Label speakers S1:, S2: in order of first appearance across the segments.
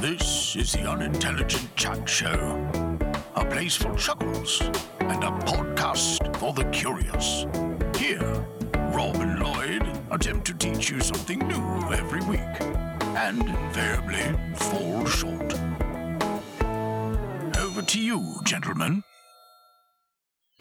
S1: This is the Unintelligent Chat Show, a place for chuckles and a podcast for the curious. Here, Rob and Lloyd attempt to teach you something new every week and invariably fall short. Over to you, gentlemen.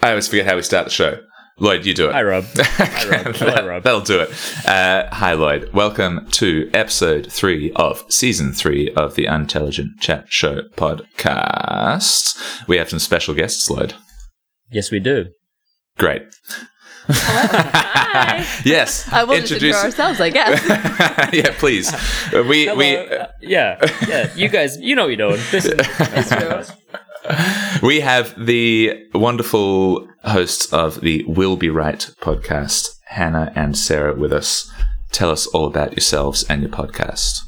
S2: I always forget how we start the show. Lloyd, you do it.
S3: Hi, Rob. Hi, Rob. Hello, Rob.
S2: That'll do it. Uh, hi, Lloyd. Welcome to episode three of season three of the Intelligent Chat Show podcast. We have some special guests, Lloyd.
S3: Yes, we do.
S2: Great.
S4: Hi.
S2: Yes.
S4: I will just intro ourselves, I guess.
S2: yeah, please. Uh, We we
S3: Hello. Uh, yeah, yeah. You guys, you know what you're doing. This is-
S4: It's true.
S2: we have the wonderful hosts of the Will Be Right podcast, Hannah and Sarah, with us. Tell us all about yourselves and your podcast.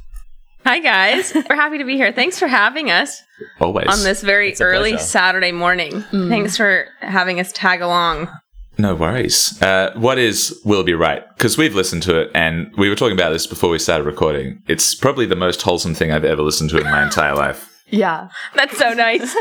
S4: Hi, guys. We're happy to be here. Thanks for having us
S2: Always
S4: on this very
S3: a
S4: early
S3: pleasure.
S4: Saturday morning. Thanks for having us tag along.
S2: No worries. Uh, what is Will Be Right? Because we've listened to it and we were talking about this before we started recording. It's probably the most wholesome thing I've ever listened to in my entire life.
S5: Yeah.
S4: That's so nice.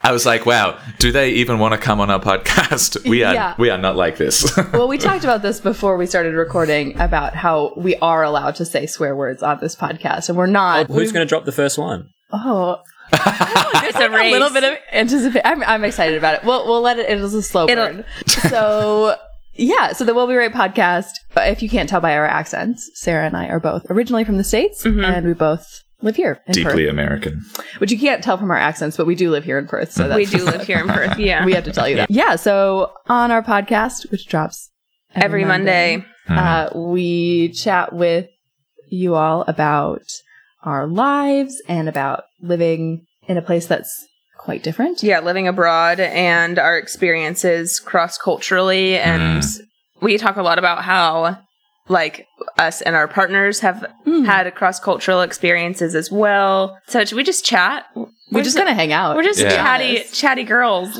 S2: I was like, wow, do they even want to come on our podcast? We are
S5: Yeah.
S2: we are not like this.
S5: Well, we talked about this before we started recording about how we are allowed to say swear words on this podcast, and we're not.
S3: Who's going to drop the first one?
S5: Oh,
S4: it's a
S5: a
S4: race.
S5: little bit of anticipation. I'm, I'm excited about it. We'll we'll let it. It'll a slow
S4: It'll-
S5: burn. So yeah, so the We'll Be Right podcast. If you can't tell by our accents, Sarah and I are both originally from the states,
S4: Mm-hmm.
S5: and we both live here in
S2: Deeply American.
S5: Perth, which you can't tell from our accents, but we do live here in Perth. So that's
S4: we do live here in Perth. Yeah.
S5: we have to tell you that. Mm-hmm. Yeah. So on our podcast, which drops
S4: Every Monday.
S5: uh,
S2: Mm-hmm.
S5: we chat with you all about our lives and about living in a place that's quite different.
S4: Yeah, living abroad and our experiences cross culturally. And we talk a lot about how, like, us and our partners have had cross cultural experiences as well. So should we just chat?
S5: We're just gonna hang out.
S4: We're just
S2: Yeah.
S4: chatty, chatty girls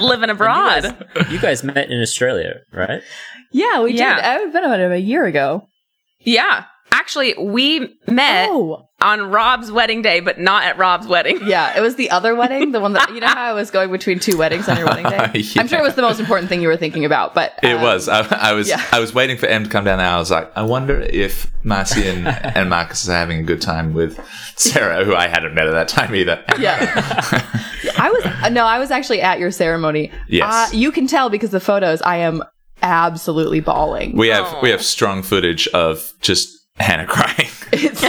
S4: living abroad.
S3: You guys met in Australia, right?
S5: yeah, we
S4: Yeah.
S5: did. I've been about it a year ago.
S4: Yeah. Actually, we met
S5: Oh,
S4: on Rob's wedding day, but not at Rob's wedding.
S5: yeah. It was the other wedding, the one that you know how I was going between two weddings on your wedding day. I'm sure it was the most important thing you were thinking about, but
S2: It
S5: um,
S2: was. I, I was.
S5: yeah.
S2: I was waiting for M to come down there. I was like, I wonder if Marcy and, and Marcus are having a good time with Sarah, who I hadn't met at that time either.
S5: Yeah. I was uh, no, I was actually at your ceremony.
S2: Yes.
S5: Uh, you can tell because the photos I am absolutely bawling.
S2: We have we
S4: Aw.
S2: have strong footage of just Hannah crying.
S5: It's,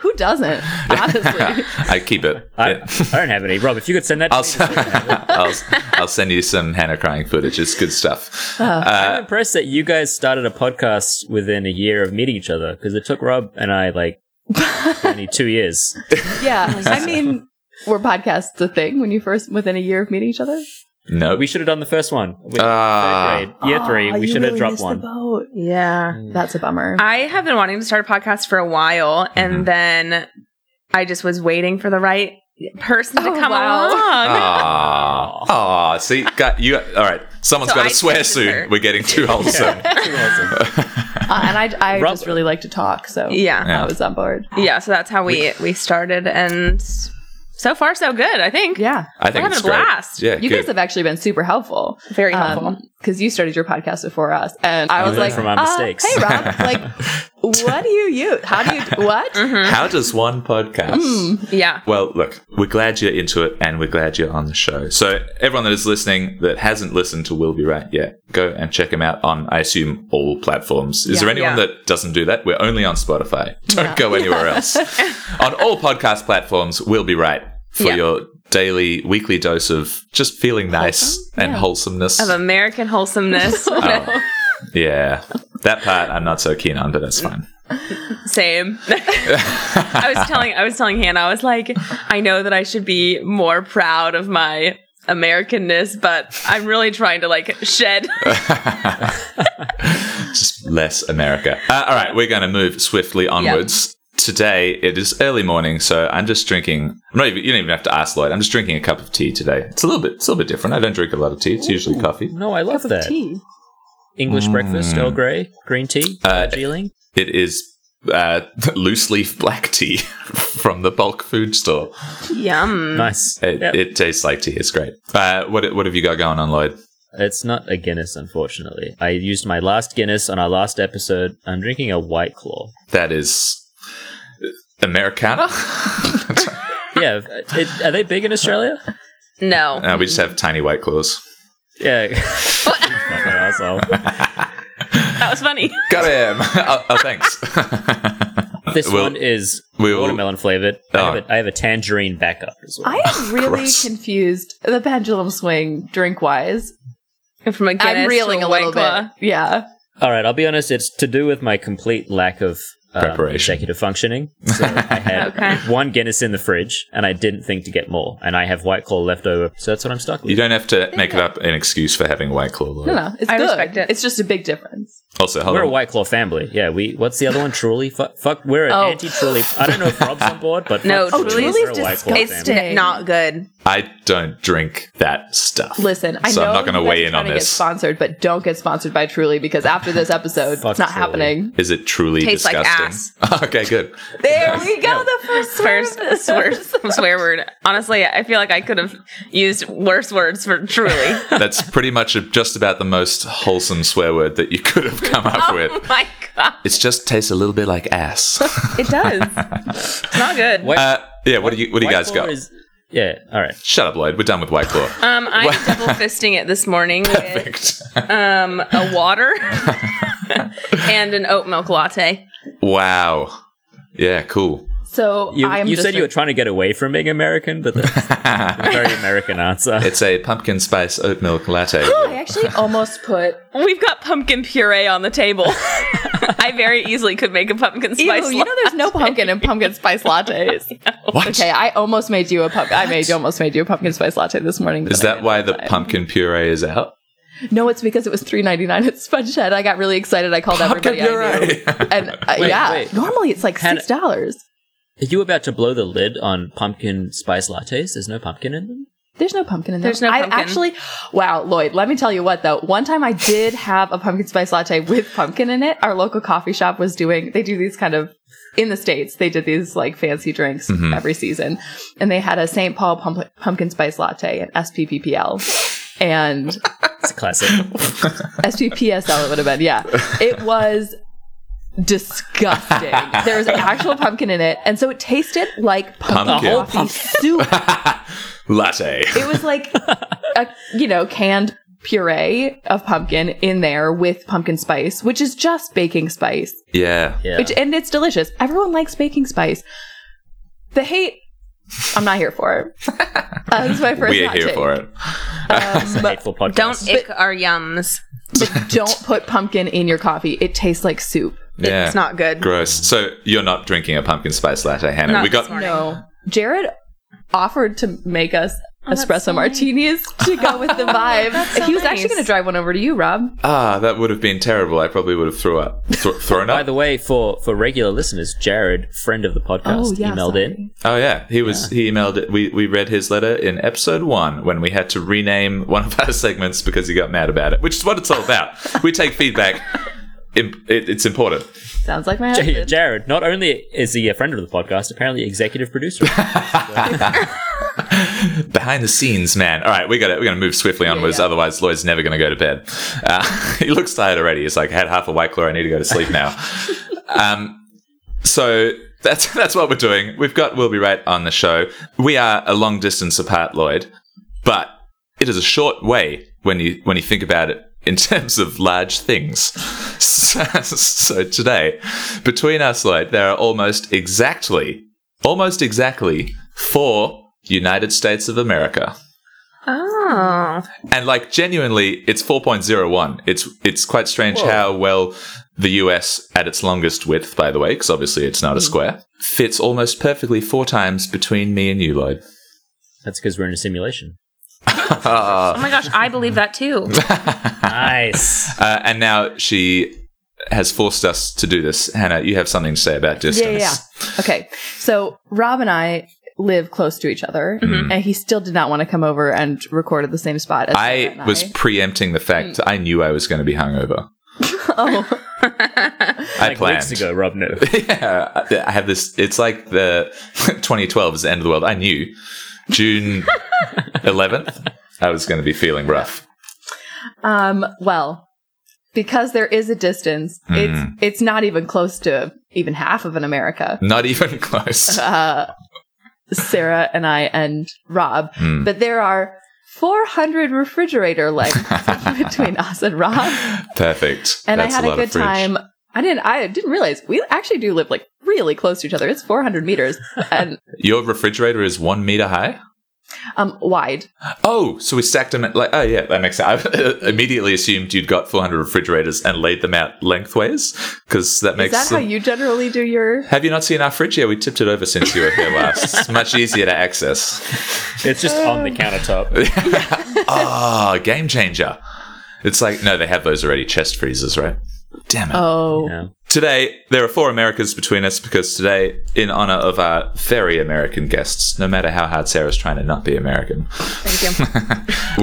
S5: who doesn't? Honestly.
S2: I keep it.
S3: I,
S2: Yeah.
S3: I don't have any. Rob, if you could send that to
S2: I'll,
S3: me.
S2: s- I'll s- I'll send you some Hannah crying footage. It's good
S4: Oh,
S2: stuff. Uh,
S3: I'm impressed that you guys started a podcast within a year of meeting each other because it took Rob and I like only two years.
S5: Yeah. I mean, were podcasts a thing when you first within a year of meeting each other?
S2: No,
S3: We should have done the first one. We,
S2: Ah.
S3: third grade, year three.
S5: Oh,
S3: We
S5: you
S3: should have
S5: really
S3: dropped
S5: missed the
S3: one. Mm.
S5: boat.
S4: Yeah.
S5: That's a bummer.
S4: I have been wanting to start a podcast for a while, and then I just was waiting for the right person to
S5: Oh,
S4: come
S5: wow.
S2: Uh,
S4: along.
S2: Ah, ah. See, got you. All right, someone's
S4: So
S2: got to
S4: I
S2: swear
S4: texted
S2: soon.
S4: her.
S2: We're getting too wholesome.
S3: awesome.
S5: Uh, and I, I
S3: Rob-
S5: just really like to talk, so
S4: Yeah.
S2: Yeah.
S5: I was on board.
S4: Yeah. So that's how we we started, and so far so good. I think.
S5: Yeah.
S2: I think
S4: We're having
S2: it's
S4: a
S2: great.
S4: blast.
S2: Yeah,
S5: You
S2: good.
S5: guys have actually been super helpful.
S4: Very helpful.
S5: Because you started your podcast before us. And I
S3: I
S5: was
S3: learned
S5: like,
S3: from my
S5: uh,
S3: mistakes.
S5: hey, Rob, like, what do you use? How do you, what?
S3: Mm-hmm.
S2: How does one podcast?
S4: Hmm. Yeah.
S2: Well, look, we're glad you're into it and we're glad you're on the show. So, everyone that is listening that hasn't listened to Will Be Right yet, go and check him out on, I assume, all platforms. Is
S5: Yeah.
S2: there anyone
S4: Yeah.
S2: that doesn't do that? We're only on Spotify. Don't go anywhere else. on all podcast platforms, Will Be Right for
S4: Yeah.
S2: your daily, weekly dose of just feeling nice and wholesomeness.
S4: Of American wholesomeness.
S2: yeah. That part I'm not so keen on, but that's fine.
S4: Same. I was telling I was telling Hannah, I was like, I know that I should be more proud of my Americanness, but I'm really trying to like shed.
S2: just less America. Uh, all right, we're going to move swiftly onwards. Today it is early morning, so I'm just drinking. I'm not even, you don't even have to ask Lloyd. I'm just drinking a cup of tea today. It's a little bit, it's a little bit different. I don't drink a lot of tea. It's usually coffee.
S3: No, I love
S5: Cup of
S3: that.
S5: tea.
S3: English breakfast, Earl Grey, green tea,
S2: Mm. Uh,
S3: Darjeeling.
S2: It is uh, loose leaf black tea from the bulk food store.
S4: Yum.
S3: Nice.
S2: It,
S3: Yep.
S2: it tastes like tea. It's great. Uh, what what have you got going on, Lloyd?
S3: It's not a Guinness, unfortunately. I used my last Guinness on our last episode. I'm drinking a White Claw.
S2: That is Americana.
S3: Yeah, it, are they big in Australia?
S4: No.
S2: Uh, we just have tiny white claws.
S3: Yeah. Fucking asshole.
S4: That was funny.
S2: Got him. oh, oh, thanks.
S3: This
S2: Well,
S3: one is
S2: we'll-
S3: watermelon flavored. I, have
S2: Oh.
S3: a, I have a tangerine backup as well.
S5: I am really
S2: Gross.
S5: confused. The pendulum swing drink wise.
S4: From a Guinness
S5: I'm reeling
S4: to
S5: a little
S4: White Claw.
S5: bit. Yeah.
S3: All right, I'll be honest. It's to do with my complete lack of um,
S2: Preparation.
S3: executive functioning. So I had
S4: Okay.
S3: one Guinness in the fridge, and I didn't think to get more, and I have White Claw left over, so that's what I'm stuck with.
S2: you don't have to make it up an excuse for having white claw. Lloyd.
S5: No, no. It's
S4: I
S5: good.
S4: respect it.
S5: It's just a big difference.
S2: Also, hold
S3: We're a
S2: on.
S3: White Claw family. Yeah, we. What's the other one? Truly? Fuck. fuck we're an
S5: Oh.
S3: anti-Truly. I don't know if Rob's on board, but
S4: No,
S3: fuck
S4: Truly's
S3: We're a White Claw
S5: disgusting.
S4: It's
S3: family.
S5: Dang.
S4: not good.
S2: I don't drink that stuff.
S5: Listen, I
S2: So
S5: know
S2: I'm not gonna
S5: you guys
S2: weigh
S5: are
S2: in
S5: trying
S2: on
S5: to
S2: this.
S5: Get sponsored, but don't get sponsored by Truly because after this episode,
S3: Fuck
S5: it's not
S3: Truly.
S5: happening.
S2: Is it truly
S4: Tastes like
S2: disgusting? okay, good.
S5: There we go. The first
S4: First swear, swear word. Honestly, I feel like I could have used worse words for truly.
S2: That's pretty much just about the most wholesome swear word that you could have come up with.
S4: oh my god,
S2: It just tastes a little bit like ass.
S5: It does.
S4: it's not good.
S3: White-
S2: Uh, yeah, what do you what do you
S3: White
S2: guys
S3: Claw
S2: got?
S3: is- yeah. All right.
S2: Shut up, Lloyd. We're done with White Claw.
S4: Um, I'm double fisting it this morning with
S2: Perfect.
S4: um a water and an oat milk latte.
S2: wow. Yeah, cool.
S5: So
S3: You,
S5: I'm
S3: you
S5: just
S3: said you were trying to get away from being American, but that's a very American answer.
S2: It's a pumpkin spice oat milk latte.
S5: I actually almost put
S4: We've got pumpkin puree on the table. I very easily could make a pumpkin
S5: Ew,
S4: spice.
S5: you know there's no pumpkin in pumpkin spice lattes.
S2: What?
S5: Okay, I almost made you a pumpkin. I made almost made you a pumpkin spice latte this morning.
S2: Is
S5: but I
S2: that
S5: didn't
S2: why
S5: have
S2: the
S5: time.
S2: pumpkin puree is out?
S5: No, it's because it was three ninety nine at Spongehead. I got really excited. I called
S2: Pumpkin
S5: everybody. I knew.
S2: puree.
S5: And uh,
S3: Wait,
S5: yeah,
S3: wait.
S5: normally it's like
S3: Had-
S5: six dollars.
S3: Are you about to blow the lid on pumpkin spice lattes? There's no pumpkin in them?
S5: There's no pumpkin in there.
S4: There's no
S5: I
S4: pumpkin.
S5: actually, wow, Lloyd. Let me tell you what though. One time I did have a pumpkin spice latte with pumpkin in it. Our local coffee shop was doing. They do these kind of in the states. They did these like fancy drinks
S2: Mhm.
S5: every season, and they had a St. Paul pump- pumpkin spice latte and SPPPL. And
S3: It's a classic.
S5: SPPSL it would have been. Yeah. It was disgusting. there was actual pumpkin in it. And so it tasted like pumpkin,
S2: Pumpkin. A whole
S5: coffee soup.
S2: latte.
S5: It was like a you know, canned puree of pumpkin in there with pumpkin spice, which is just baking spice.
S2: Yeah.
S3: Yeah.
S5: Which and it's delicious. Everyone likes baking spice. The hate I'm not here for it. Uh, this is my first.
S2: We are
S5: hot
S2: here
S5: take.
S2: for it.
S5: Um,
S3: Hateful podcast.
S4: Don't ick our yums.
S5: but don't put pumpkin in your coffee. It tastes like soup.
S2: Yeah.
S4: It's not good.
S2: Gross. So you're not drinking a pumpkin spice latte, Hannah.
S4: Not
S2: we
S4: this
S2: got
S4: morning.
S5: No. Jared offered to make us
S4: Oh, that's
S5: espresso
S4: so nice.
S5: martinis to go with the vibe.
S4: that's so
S5: he was actually
S4: nice.
S5: going to drive one over to you, Rob.
S2: ah, that would have been terrible. I probably would have threw up, Thro thrown
S3: By
S2: up.
S3: the way, for, for regular listeners, Jared, friend of the podcast,
S5: Oh, yeah,
S3: emailed
S5: sorry.
S3: in.
S2: Oh yeah, he was. He emailed it. We we read his letter in episode one when we had to rename one of our segments because he got mad about it, which is what it's all about. we take feedback. Im- it, it's important.
S5: Sounds like my
S3: Ja-
S5: husband.
S3: Jared, not only is he a friend of the podcast, apparently executive producer.
S2: Behind the scenes, man. All right, we got it. We're gonna move swiftly onwards. Otherwise, Lloyd's never gonna go to bed. Uh, he looks tired already. He's like, I had half a white claw. I need to go to sleep now. um, so that's that's what we're doing. We've got We'll Be Right on the show. We are a long distance apart, Lloyd, but it is a short way when you when you think about it in terms of large things. So, so today, between us, Lloyd, there are almost exactly, almost exactly four United States of America.
S4: Oh,
S2: And like genuinely, it's 4.01. It's it's quite strange how well the US at its longest width, by the way, because obviously it's
S5: Hmm.
S2: not a square, fits almost perfectly four times between me and you, Lloyd.
S3: That's because we're in a simulation.
S4: oh my gosh, I believe that too.
S3: Nice.
S2: Uh, and now she has forced us to do this. Hannah, you have something to say about
S5: Yeah,
S2: distance.
S5: yeah, yeah. Okay. So Rob and I live close to each other,
S2: Mm-hmm.
S5: and he still did not want to come over and record at the same spot. As Sarah
S2: I
S5: and Hmm.
S2: was preempting the fact I knew I was going to be hungover.
S5: oh,
S2: I
S3: like
S2: planned.
S3: weeks ago, Rob knew.
S2: yeah, I- I have this. It's like the 2012 is the end of the world. I knew June 11th, I was going to be feeling rough.
S5: Um, well, because there is a distance,
S2: Mm.
S5: it's it's not even close to even half of an America.
S2: Not even close.
S5: Uh, Sarah and I and Rob,
S2: Mm.
S5: but there are 400 refrigerator lengths between us and Rob.
S2: Perfect.
S5: And
S2: That's
S5: I had a
S2: lot
S5: good
S2: of fridge.
S5: time. I didn't. I didn't realize we actually do live like really close to each other. It's 400 meters and
S2: Your refrigerator is one meter high.
S5: um wide.
S2: Oh, so we stacked them at like oh yeah, that makes sense. I immediately assumed you'd got 400 refrigerators and laid them out lengthways because that
S5: Is
S2: makes.
S5: that how
S2: them-
S5: you generally do your?
S2: have you not seen our fridge? Yeah, we tipped it over since you were here last. It's much easier to access.
S3: It's just on the countertop.
S2: Ah, game changer. It's like, no, they have those already, chest freezers, right? Damn it.
S5: Oh,
S3: No.
S2: Today, there are four Americas between us because today, in honor of our very American guests, no matter how hard Sarah's trying to not be American,
S4: Thank you.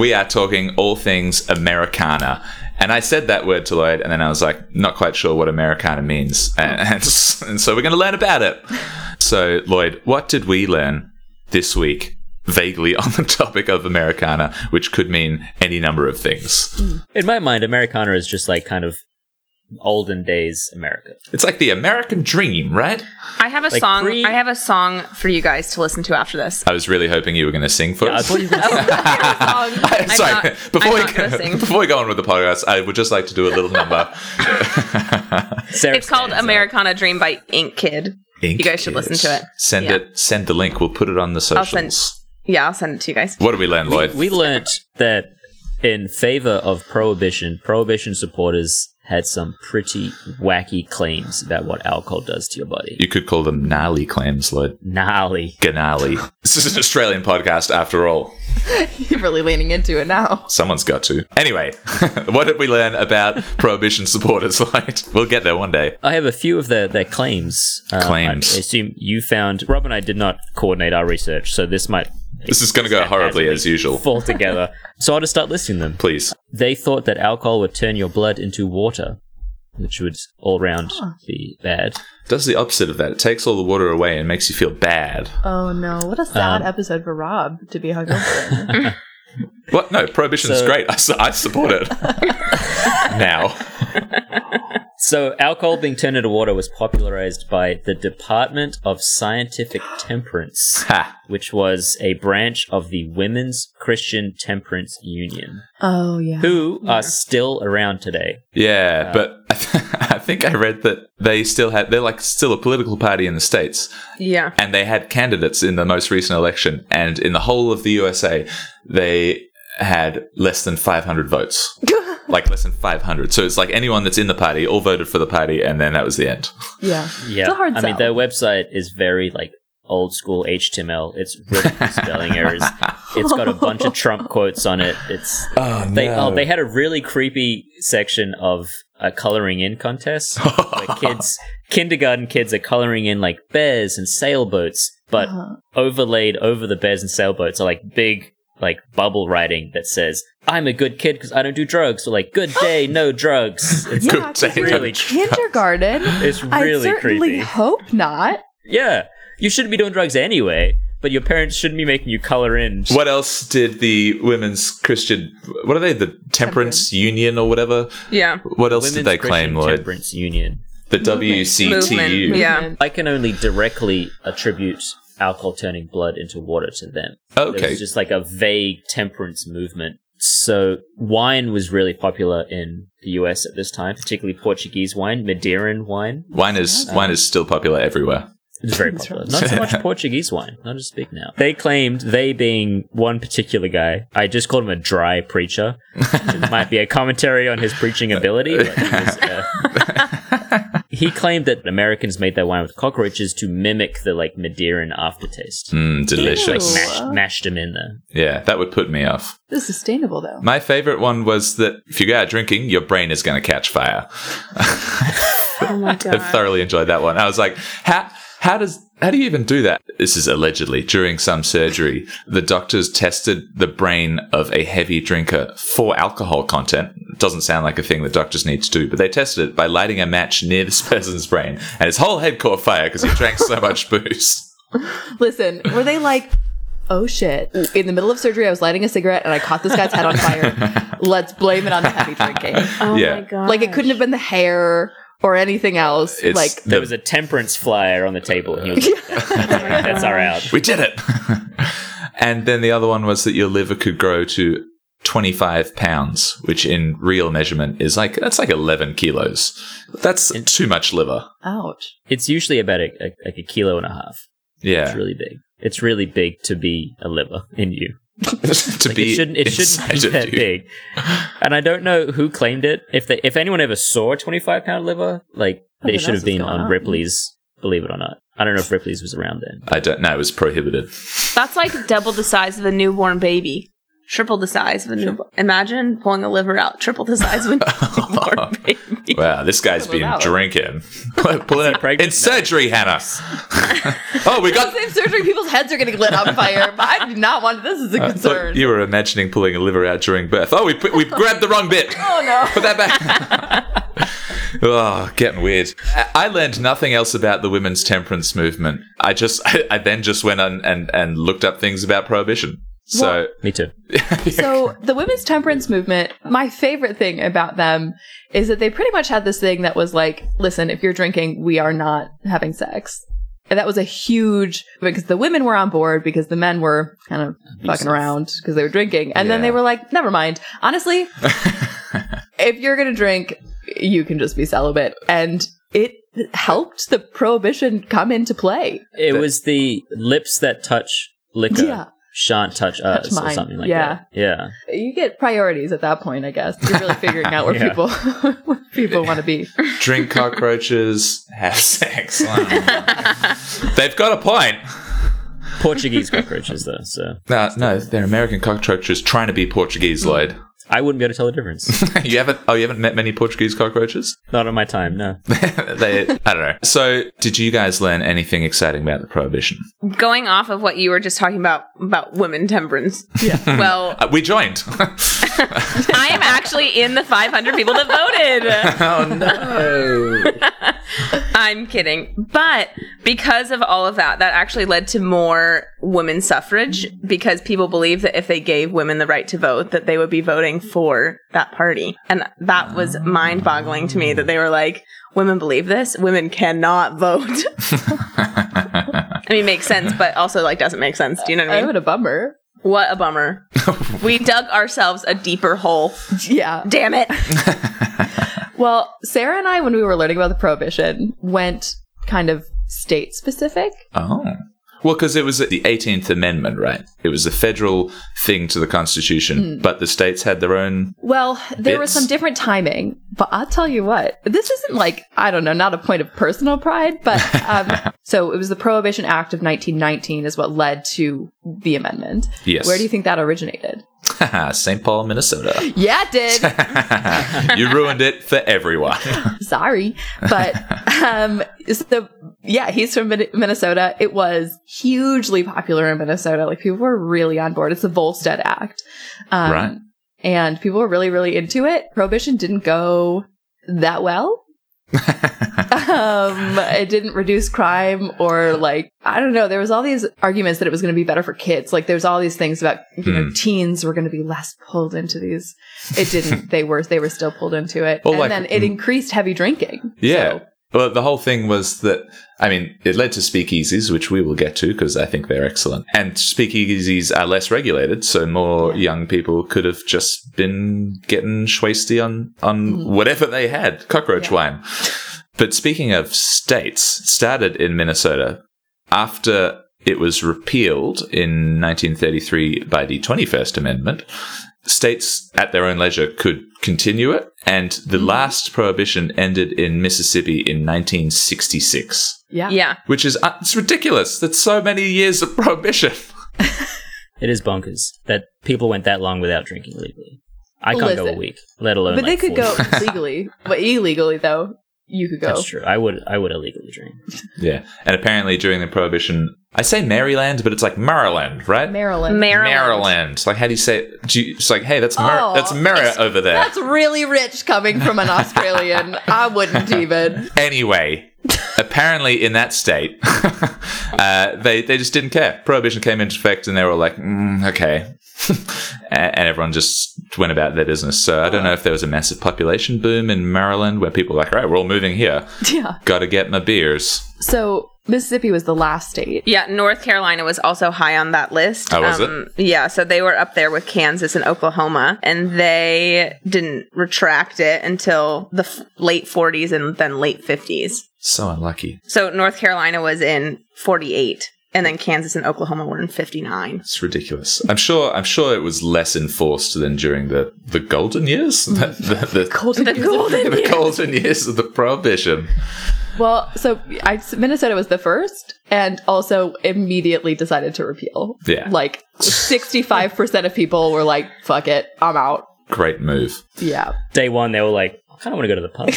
S2: we are talking all things Americana. And I said that word to Lloyd, and then I was like, not quite sure what Americana means. And, and, s- and so we're going to learn about it. So, Lloyd, what did we learn this week, vaguely on the topic of Americana, which could mean any number of
S4: Mm.
S2: things?
S3: In my mind, Americana is just like kind of olden days America.
S2: It's like the American dream, right?
S4: I have a
S3: Like
S4: song.
S3: pre-
S4: I have a song for you guys to listen to after this.
S2: I was really hoping you were going to sing for
S3: I
S2: us.
S3: thought you were gonna-
S2: Oh. I'm
S4: I'm
S2: sorry.
S4: not-
S2: before,
S4: I'm
S2: we
S4: not
S2: go,
S4: gonna sing.
S2: before we go on with the podcast, I would just like to do a little number.
S3: Sarah
S4: It's called
S3: stands up.
S4: Americana Dream by Ink Kid.
S2: Ink
S4: You guys should
S2: Kids.
S4: listen to it.
S2: Send
S4: Yeah.
S2: it. Send the link. We'll put it on the socials.
S4: send- Yeah, I'll send it to you guys.
S2: What do we learn, Lloyd?
S3: We learnt that in favor of prohibition, prohibition supporters had some pretty wacky claims about what alcohol does to your body.
S2: you could call them gnarly claims, Lloyd.
S3: Gnarly.
S2: Gnarly. this is an Australian podcast, after all.
S5: you're really leaning into it now.
S2: Someone's got to. Anyway, what did we learn about prohibition supporters, Lloyd? We'll get there one day.
S3: I have a few of their, their claims. Uh,
S2: Claims.
S3: I assume you found. Rob and I did not coordinate our research, so this might
S2: This is going to go horribly as usual.
S3: fall together. so I'll just start listing them.
S2: Please.
S3: They thought that alcohol would turn your blood into water, which would all round be bad.
S2: Does the opposite of that. It takes all the water away and makes you feel bad.
S5: Oh no, what a sad
S3: Um,
S5: episode for Rob to be hungover. in.
S2: What? No, prohibition's
S3: So-
S2: great. I, su- I support it. now.
S3: So alcohol being turned into water was popularized by the Department of Scientific Temperance,
S2: Ha.
S3: which was a branch of the Women's Christian Temperance Union,
S5: oh yeah.
S3: who are still around today.
S2: Yeah, but I, th- I think I read that they still had, they're like still a political party in the States,
S4: Yeah.
S2: and they had candidates in the most recent election, and in the whole of the USA, they had less than 500 votes. like less than 500. So it's like anyone that's in the party all voted for the party, and then that was the end.
S5: Yeah.
S3: Yeah,
S5: It's a hard
S3: I mean
S5: sell.
S3: their website is very like old school HTML. It's riddled with spelling errors. It's got a bunch of Trump quotes on it. It's
S2: Oh,
S3: They oh, they had a really creepy section of a coloring in contest where kids, kindergarten kids, are coloring in like bears and sailboats, but
S5: Uh-huh.
S3: overlaid over the bears and sailboats are like big like bubble writing that says "I'm a good kid because I don't do drugs" or like "Good day, no drugs." It's
S5: Yeah,
S2: Good day.
S3: really,
S5: Kindergarten.
S3: it's
S5: I
S3: really
S5: certainly
S3: creepy.
S5: hope not.
S3: Yeah, you shouldn't be doing drugs anyway, but your parents shouldn't be making you color in.
S2: What else did the women's Christian? What are they? The Temperance Union or whatever?
S4: Yeah.
S2: What else
S3: Women's
S2: did they
S3: Christian
S2: claim, Lloyd?
S3: Temperance Union.
S2: The WCTU.
S4: Movement. Yeah.
S3: I can only directly attribute alcohol turning blood into water to them. It
S2: Okay.
S3: was just like a vague temperance movement. So wine was really popular in the US at this time, particularly Portuguese wine, Madeiran wine.
S2: wine is wine is still popular everywhere.
S3: It was very
S5: That's
S3: popular.
S5: right.
S3: Not so much Portuguese wine, not as big now. They claimed they being one particular guy, I just called him a dry preacher. It might be a commentary on his preaching ability. But he, was, uh, he claimed that Americans made their wine with cockroaches to mimic the like Madeiran aftertaste.
S2: Mm, delicious.
S5: Ew.
S3: Mash, mashed them in there.
S2: Yeah, that would put me off.
S5: This is sustainable though.
S2: My favorite one was that if you go out drinking, your brain is going to catch fire.
S4: Oh my
S5: Oh,
S2: I thoroughly enjoyed that one. I was like, how how does How do you even do that? This is allegedly during some surgery. The doctors tested the brain of a heavy drinker for alcohol content. Doesn't sound like a thing that doctors need to do, but they tested it by lighting a match near this person's brain, and his whole head caught fire because he drank so much booze.
S5: Listen, were they like, oh shit, in the middle of surgery, I was lighting a cigarette and I caught this guy's head on fire. Let's blame it on the heavy drinking.
S4: Oh
S2: Yeah.
S4: my god!
S5: Like, it couldn't have been the hair or anything else.
S2: It's
S5: like,
S2: the-
S3: There was a temperance flyer on the table, and he was like, "That's, that's our out."
S2: we did it. and then the other one was that your liver could grow to 25 pounds, which in real measurement is like, that's like 11 kilos. That's too much liver.
S5: ouch.
S3: It's usually about a, a, like a kilo and a half.
S2: Yeah.
S3: It's really big. It's really big to be a liver in you.
S2: to
S3: Like,
S2: be
S3: it shouldn't it shouldn't be
S2: inside of
S3: that
S2: you.
S3: big. And I don't know who claimed it. If they, if anyone ever saw a 25 pound liver, like they
S5: Something
S3: should
S5: else
S3: have
S5: is
S3: been
S5: going
S3: on
S5: on.
S3: Ripley's. Believe it or not, I don't know if Ripley's was around then.
S2: I don't know. It was prohibited.
S4: That's like double the size of a newborn baby. Triple the size of a newborn. Imagine pulling a liver out. Triple the size of a newborn baby.
S2: Wow, this guy's been
S5: Wow.
S2: drinking. Pull it-
S3: pregnant?
S2: it's surgery, Hannah. oh, we got.
S5: Same surgery, people's heads are getting lit on fire. But I do not want this. Is a
S2: I
S5: concern.
S2: thought Uh, you were imagining pulling a liver out during birth. Oh, we put, we grabbed the wrong bit.
S5: oh no.
S2: Put that back. oh, getting weird. I- I learned nothing else about the women's temperance movement. I just, I, I then just went on and and looked up things about prohibition. So
S3: Me too.
S5: So the women's temperance movement, my favorite thing about them is that they pretty much had this thing that was like, listen, if you're drinking, we are not having sex. And that was a huge because the women were on board because the men were kind of fucking around because they were drinking. And then
S2: Yeah.
S5: they were like, never mind. Honestly, if you're going to drink, you can just be celibate. And it helped the prohibition come into play.
S3: It was the lips that touch liquor
S5: Yeah.
S3: shan't touch us or
S5: mine.
S3: something like
S5: Yeah.
S3: that. Yeah.
S5: You get priorities at that point, I guess. You're really figuring out where
S3: Yeah.
S5: people where people want to be.
S2: drink cockroaches, have sex. They've got a point.
S3: Portuguese cockroaches though, so
S2: No, no, they're American cockroaches trying to be Portuguese, Lloyd.
S3: I wouldn't be able to tell the difference.
S2: you haven't? Oh, you haven't met many Portuguese cockroaches?
S3: Not on my time, no.
S2: they, I don't know. So, did you guys learn anything exciting about the prohibition?
S4: Going off of what you were just talking about about women temperance. Yeah. Well,
S2: Uh, we joined.
S4: I am actually in the 500 people that voted.
S2: oh no!
S4: I'm kidding. But because of all of that, that actually led to more women suffrage because people believed that if they gave women the right to vote, that they would be voting for that party. And that was mind boggling to me that they were like, women believe this, women cannot vote. I mean, makes sense, but also like doesn't make sense. Do you know what
S5: I
S4: I mean?
S5: would a bummer.
S4: What a bummer. we dug ourselves a deeper hole.
S5: Yeah.
S4: Damn it.
S5: Well, Sarah and I, when we were learning about the prohibition, went kind of state specific.
S2: Oh. Well, because it was the 18th Amendment, right? It was a federal thing to the
S5: Hmm.
S2: Constitution, but the states had their own.
S5: Well, there was
S2: Bits.
S5: some different timing, but I'll tell you what, this isn't like, I don't know, not a point of personal pride, but um, so it was the Prohibition Act of 1919 is what led to the amendment.
S2: Yes.
S5: Where do you think that originated?
S2: St. Paul, Minnesota.
S5: Yeah, it did.
S2: you ruined it for everyone.
S5: sorry but um so yeah he's from Min- minnesota it was hugely popular in minnesota like people were really on board it's the volstead act um,
S2: Right.
S5: and people were really really into it prohibition didn't go that well um it didn't reduce crime or like i don't know there was all these arguments that it was going to be better for kids like there's all these things about you
S2: Hmm.
S5: know teens were going to be less pulled into these it didn't they were they were still pulled into it
S2: Well,
S5: and
S2: like-
S5: then it increased heavy drinking
S2: Yeah.
S5: So-
S2: Well, the whole thing was that, I mean, it led to speakeasies, which we will get to because I think they're excellent. And speakeasies are less regulated, so more young people could have just been getting schwasty on, on whatever they had, cockroach wine. But speaking of states, it started in Minnesota after it was repealed in 1933 by the 21st Amendment states at their own leisure could continue it, and the last prohibition ended in Mississippi in 1966,
S5: Yeah.
S4: Yeah.
S2: which is uh, it's ridiculous. That's so many years of prohibition.
S3: It is bonkers that people went that long without drinking legally. I can't go a
S5: Listen.
S3: week, let alone.
S5: But they
S3: like, 40.
S5: could go legally, but illegally though. you could go.
S3: That's true. I would I would illegally drink.
S2: Yeah. And apparently during the Prohibition, I say Maryland, but it's like Maryland, right?
S5: Maryland.
S4: Maryland.
S2: Maryland. Like, how do you say it? Do you, it's like, hey, that's Mer-
S5: Oh,
S2: that's Mara over there.
S5: That's really rich coming from an Australian. I wouldn't even.
S2: Anyway, apparently in that state, uh, they they just didn't care. Prohibition came into effect, and they were all like, mm, okay, and, and everyone just went about their business. So I don't know if there was a massive population boom in Maryland where people were like, all right, we're all moving here.
S5: Yeah.
S2: Got to get my beers.
S5: So Mississippi was the last state.
S4: Yeah, North Carolina was also high on that list.
S2: Oh, was
S4: it? Yeah, so they were up there with Kansas and Oklahoma, and they didn't retract it until the f- late 40s and then late 50s.
S2: So unlucky.
S4: So North Carolina was in 48, and then Kansas and Oklahoma were in 59.
S2: It's ridiculous. I'm sure. I'm sure it was less enforced than during the the golden years. The, the, the,
S5: Golden
S4: The
S5: years.
S4: golden
S2: the golden years of the prohibition.
S5: Well, so I, Minnesota was the first, and also immediately decided to repeal.
S2: Yeah.
S5: Like sixty-five percent of people were like, "Fuck it, I'm out."
S2: Great move.
S5: Yeah.
S3: Day one they were like, I kinda wanna go to the pub.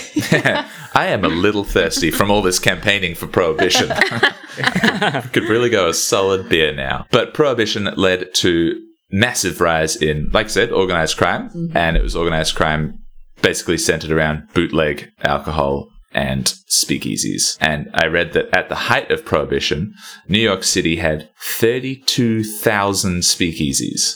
S2: I am a little thirsty from all this campaigning for prohibition. Could really go a solid beer now. But prohibition led to massive rise in, like I said, organized crime,
S4: Mm-hmm.
S2: and it was organized crime basically centered around bootleg alcohol and speakeasies. And I read that at the height of prohibition, New York City had 32,000 speakeasies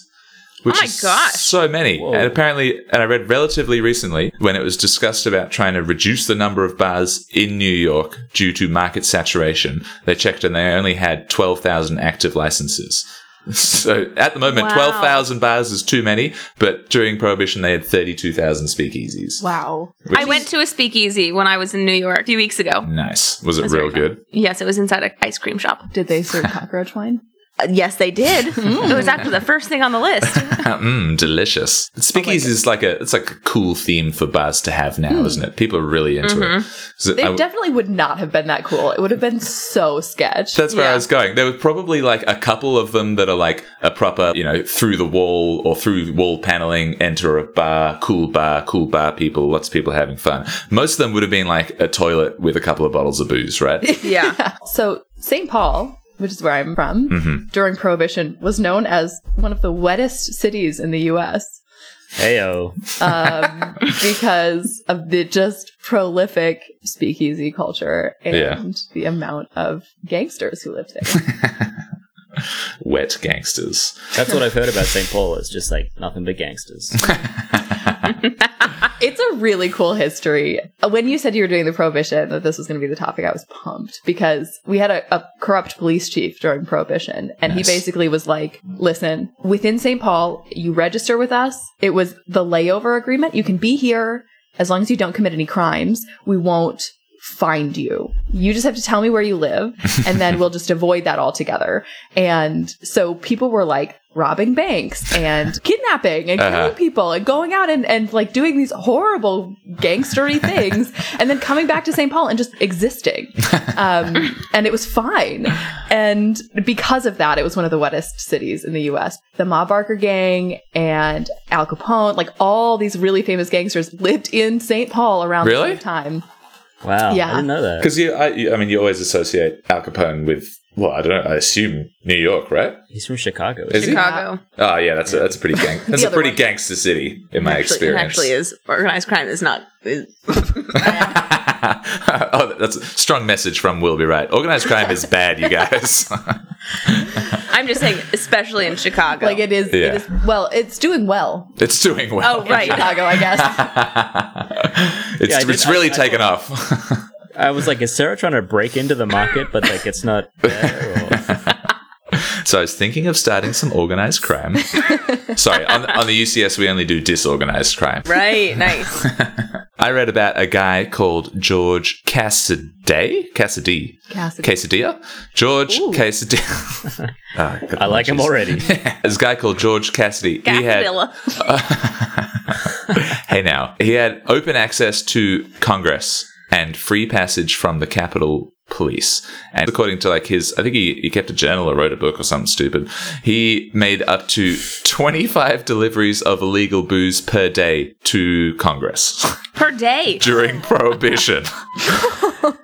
S2: which
S4: Oh my
S2: is
S4: gosh.
S2: so many.
S3: Whoa.
S2: And apparently, and I read relatively recently when it was discussed about trying to reduce the number of bars in New York due to market saturation. They checked and they only had 12,000 active licenses. So at the moment,
S4: Wow.
S2: 12,000 bars is too many, but during Prohibition, they had 32,000 speakeasies.
S5: Wow.
S4: I went to a speakeasy when I was in New York a few weeks ago.
S2: Nice. Was it
S4: That's
S2: real
S4: very fun.
S2: good?
S4: Yes, it was inside an ice cream shop.
S5: Did they serve cockroach wine?
S4: Uh, yes, they did. it was actually the first thing on the list.
S2: Mmm, delicious. Speakeasy is like a, it's like a cool theme for bars to have now,
S4: Hmm.
S2: isn't it? People are really into
S4: Mm-hmm.
S2: it. So
S5: They
S2: I-
S5: definitely would not have been that cool. It would have been so sketch.
S2: That's where I
S4: Yeah.
S2: was going. There were probably like a couple of them that are like a proper, you know, through the wall or through wall paneling, enter a bar, cool bar, cool bar people, lots of people having fun. Most of them would have been like a toilet with a couple of bottles of booze, right?
S4: Yeah.
S5: So St. Paul, which is where I'm from,
S2: Hmm. Mm-hmm.
S5: during Prohibition was known as one of the wettest cities in the U.S.
S3: Heyo.
S5: Um, because of the just prolific speakeasy culture and
S2: Yeah.
S5: the amount of gangsters who lived there.
S2: Wet gangsters.
S3: That's what I've heard about St. Paul. It's just like nothing but gangsters.
S5: it's a really cool history. When you said you were doing the Prohibition, that this was going to be the topic, I was pumped because we had a, a corrupt police chief during Prohibition, and
S2: Nice.
S5: he basically was like, listen, within St. Paul, you register with us. It was the layover agreement. You can be here as long as you don't commit any crimes. We won't find you. You just have to tell me where you live, and then we'll just avoid that altogether. And so people were like, robbing banks and kidnapping and killing
S2: Uh-huh.
S5: people and going out and, and like doing these horrible gangstery things and then coming back to St. Paul and just existing. Um, and it was fine. And because of that, it was one of the wettest cities in the US. The Ma Barker gang and Al Capone, like all these really famous gangsters lived in St. Paul around
S2: Really?
S5: the same time.
S3: Wow.
S5: Yeah.
S3: I didn't know that.
S2: Because you, I, you, I mean, you always associate Al Capone with, well, I don't know, I assume New York, right?
S3: He's from Chicago.
S2: Is he?
S4: Chicago.
S2: Oh, yeah, that's a, that's a pretty gang. That's a
S5: other
S2: pretty
S5: one.
S2: gangster city, in my
S5: Actually-
S4: It
S2: experience.
S4: actually is. Organized crime is not. Is,
S2: oh, that's a strong message from Will Be Right. Organized crime is bad, you guys.
S4: I'm just saying, especially in Chicago.
S5: Like it is,
S2: Yeah.
S5: it is, well, it's doing well.
S2: it's doing well.
S4: oh, right.
S5: Chicago, I guess.
S2: It's,
S3: Yeah, I did-
S2: it's really
S3: I- I-
S2: taken off.
S3: I was like, is Sarah trying to break into the market, but like it's not there? Or...
S2: so I was thinking of starting some organized crime. Sorry, on, on the UCS, we only do disorganized crime.
S4: Right. Nice.
S2: I read about a guy called George Cassidy. Cassidy.
S5: Cassidy.
S2: Quesadilla. George Cassidy. Ah, good
S3: I like him
S2: apologies.
S3: already.
S2: This guy called George Cassidy. He had-
S4: Gaspadilla.
S2: hey now he had open access to congress and free passage from the capitol police. And according to like his, I think he, he kept a journal or wrote a book or something stupid. He made up to 25 deliveries of illegal booze per day to Congress
S4: per day.
S2: during Prohibition.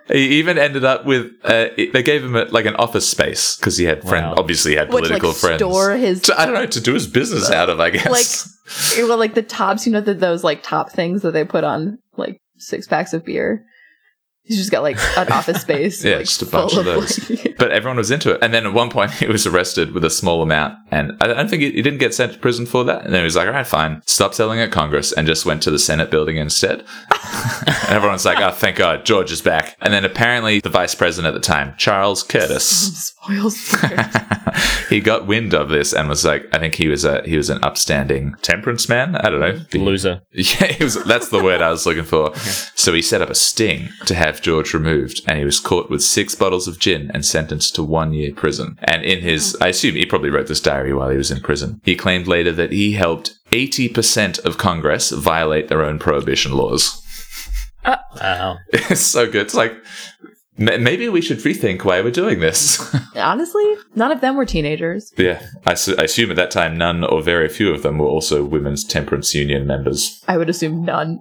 S2: he even ended up with, uh, they gave him a, like an office space because he had friends,
S3: Wow.
S2: obviously he had
S5: What, to,
S2: political
S5: like,
S2: friends.
S5: store his-
S2: To- I don't know, to do his business out of, I guess.
S5: Like- It were like the tops, you know, the, those like top things that they put on like six packs of beer. He's just got like an office space.
S2: Yeah,
S5: like,
S2: just a bunch
S5: full
S2: of those.
S5: like-
S2: but everyone was into it. And then at one point, he was arrested with a small amount, and I I don't think he, he didn't get sent to prison for that. And then he was like, "All right, fine, stop selling at Congress," and just went to the Senate building instead. and everyone's like, "Oh, thank God, George is back." And then apparently, the vice president at the time, Charles Curtis,
S5: spoils.
S2: he got wind of this and was like, "I think he was a he was an upstanding temperance man. I don't know, He-
S3: Loser.
S2: yeah, it was, that's the word I was looking for. So he set up a sting to have George removed, and he was caught with six bottles of gin and sentenced to one year prison. And in his, I assume he probably wrote this diary while he was in prison. He claimed later that he helped 80% of Congress violate their own prohibition laws.
S3: Wow.
S2: it's so good. It's like, ma- maybe we should rethink why we're doing this.
S5: Honestly, none of them were teenagers.
S2: yeah, I, su- I assume at that time none or very few of them were also women's temperance union members.
S5: I would assume none.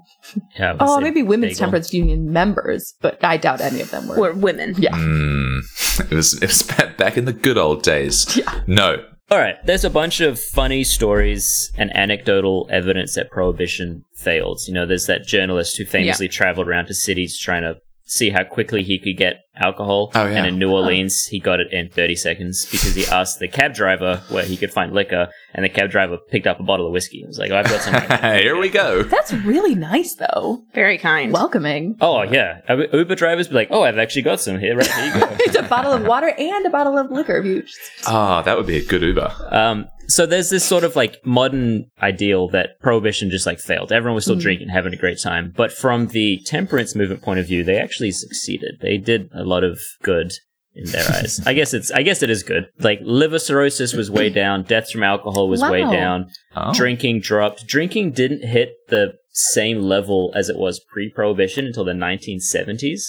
S3: Yeah, I would
S5: Oh,
S3: say
S5: maybe women's
S3: bagel.
S5: temperance union members, but I doubt any of them were.
S4: We're women.
S5: Yeah.
S2: Mm, it was it was ba- back in the good old days.
S5: Yeah.
S2: No.
S3: All right, there's a bunch of funny stories and anecdotal evidence that prohibition failed. You know, there's that journalist who famously traveled around to cities trying to see how quickly he could get alcohol.
S2: Oh, yeah.
S3: And in New Orleans, he got it in 30 seconds because he asked the cab driver where he could find liquor, and the cab driver picked up a bottle of whiskey. He was like, oh, I've got some. liquor."
S2: Here we go.
S5: That's really nice, though.
S4: Very kind.
S5: Welcoming.
S3: oh, yeah. U- Uber drivers be like, oh, I've actually got some here. Right, here you go.
S5: It's a bottle of water and a bottle of liquor. If you just-
S2: Ah, that would be a good Uber.
S3: Um, so there's this sort of like modern ideal that prohibition just like failed. Everyone was still drinking, having a great time. But from the temperance movement point of view, they actually succeeded. They did a lot of good in their eyes. I guess it's I guess it is good. Like liver cirrhosis was way down, deaths from alcohol was way
S5: Wow.
S3: down,
S2: Oh.
S3: drinking dropped. Drinking didn't hit the same level as it was pre-prohibition until the 1970s.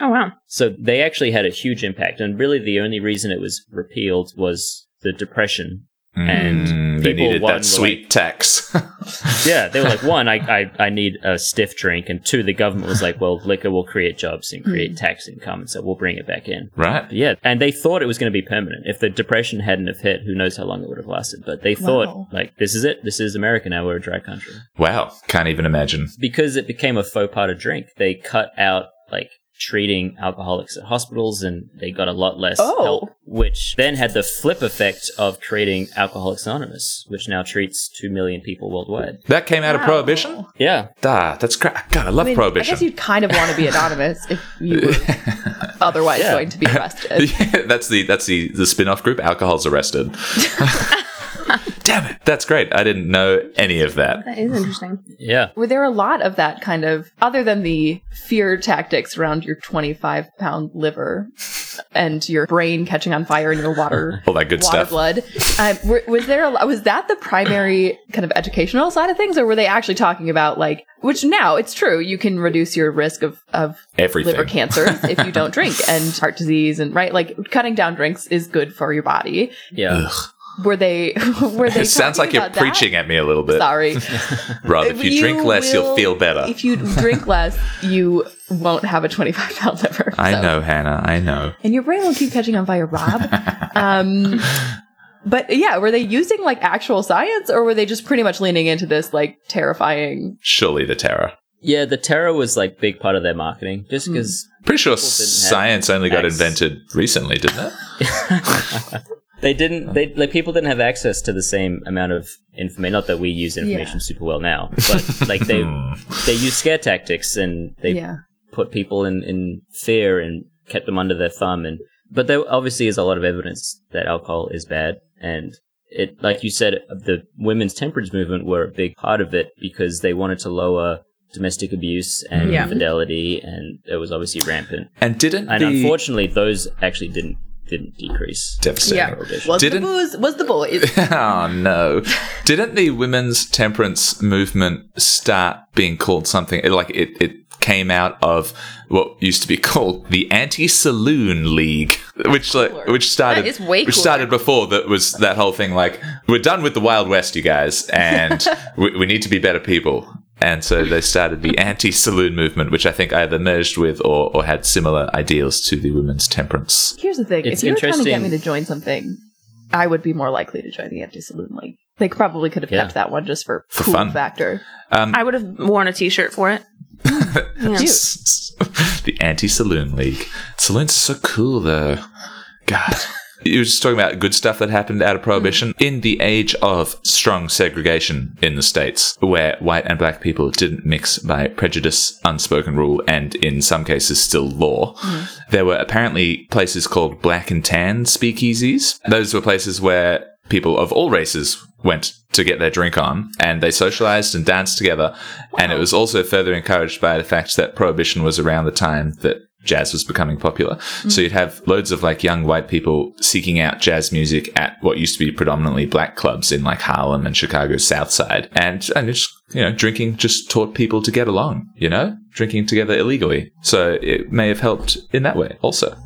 S4: Oh wow.
S3: So they actually had a huge impact, and really the only reason it was repealed was the depression. And
S2: Mm, they
S3: people
S2: needed
S3: one were
S2: that sweet tax.
S3: like- yeah, they were like, one, I, I, I need a stiff drink, and two, the government was like, well, liquor will create jobs and
S5: Hmm.
S3: create tax income, and so we'll bring it back in. But
S2: right?
S3: yeah, and they thought it was going to be permanent. If the depression hadn't have hit, who knows how long it would have lasted? But they
S5: Wow.
S3: thought, like, this is it. This is America now. We're a dry country
S2: Wow. Can't even imagine.
S3: because it became a faux pas to drink, they cut out like treating alcoholics at hospitals and they got a lot less
S5: Oh.
S3: help, which then had the flip effect of creating Alcoholics Anonymous, which now treats 2 million people worldwide.
S2: That came out of Prohibition?
S3: Yeah.
S2: Ah, that's great. God, I love
S5: Oh. I mean, I
S2: Prohibition.
S5: guess you'd kind of want to be anonymous if you were otherwise
S3: Yeah.
S5: going to be arrested.
S2: Yeah, that's the that's the the spin-off group Alcohol's Arrested. Damn it. That's great. I didn't know any of that.
S4: That is interesting.
S3: Yeah.
S5: Were there a lot of that kind of, other than the fear tactics around your 25 pound liver and your brain catching on fire and your water?
S2: All that good
S5: Water
S2: stuff.
S5: blood. Um, were, was there? A, lo- was that the primary kind of educational side of things, or were they actually talking about like? Which now it's true you can reduce your risk of of
S2: Everything.
S5: liver cancers if you don't drink and heart disease and right like cutting down drinks is good for your body.
S3: Yeah.
S5: Were they? Were they?
S2: It sounds like
S5: talking
S2: you're
S5: about that?
S2: preaching at me a little bit.
S5: Sorry.
S2: Rather, if you, drink less,
S5: will-
S2: you'll feel better.
S5: If you drink less, you won't have a 25 pound liver.
S2: I
S5: So-
S2: know, Hannah. I know.
S5: And your brain will keep catching on fire, Rob. um, but yeah, were they using like actual science or were they just pretty much leaning into this like terrifying?
S2: Surely the terror.
S3: Yeah, the terror was like big part of their marketing just because
S2: Pretty sure
S3: didn't have
S2: science only got
S3: X.
S2: invented recently, didn't it?
S3: they didn't they like people didn't have access to the same amount of information not that we use information super well now but like they
S2: Hmm.
S3: they use scare tactics and they
S5: yeah.
S3: put people in, in fear and kept them under their thumb and but there obviously is a lot of evidence that alcohol is bad and it like you said the women's temperance movement were a big part of it because they wanted to lower domestic abuse and
S4: Yeah.
S3: infidelity and it was obviously rampant
S2: And didn't
S3: and
S2: the
S3: unfortunately those actually didn't didn't decrease
S2: devastating?
S3: prohibition.
S5: Was
S2: Didn't-
S5: the booze, was the boys.
S2: oh no! Didn't the women's temperance movement start being called something like it? It came out of what used to be called the Anti Saloon League, which like which started
S4: That is way
S2: which
S4: cooler.
S2: started before that was that whole thing like we're done with the Wild West, you guys, and we, we need to be better people. And so they started the anti saloon movement, which I think either merged with or, or had similar ideals to the women's temperance.
S5: Here's the thing:
S3: It's
S5: if you were trying to get me
S3: interesting-
S5: to join something, I would be more likely to join the Anti Saloon League. They probably could have
S3: Yeah.
S5: kept that one just for,
S2: For
S5: cool
S2: fun.
S5: factor.
S4: I would have worn a t-shirt for it. Yeah.
S2: the anti saloon league. Saloons are so cool, though. God. You were just talking about good stuff that happened out of prohibition in the age of strong segregation in the states, where white and black people didn't mix by prejudice, unspoken rule, and in some cases still law. There were apparently places called black and tan speakeasies. Those were places where people of all races went to get their drink on and they socialized and danced together. And it was also further encouraged by the fact that prohibition was around the time that jazz was becoming popular. So you'd have loads of like young white people seeking out jazz music at what used to be predominantly black clubs in like Harlem and Chicago's South Side. And, and it's, you know, drinking just taught people to get along, you know, drinking together illegally. So it may have helped in that way also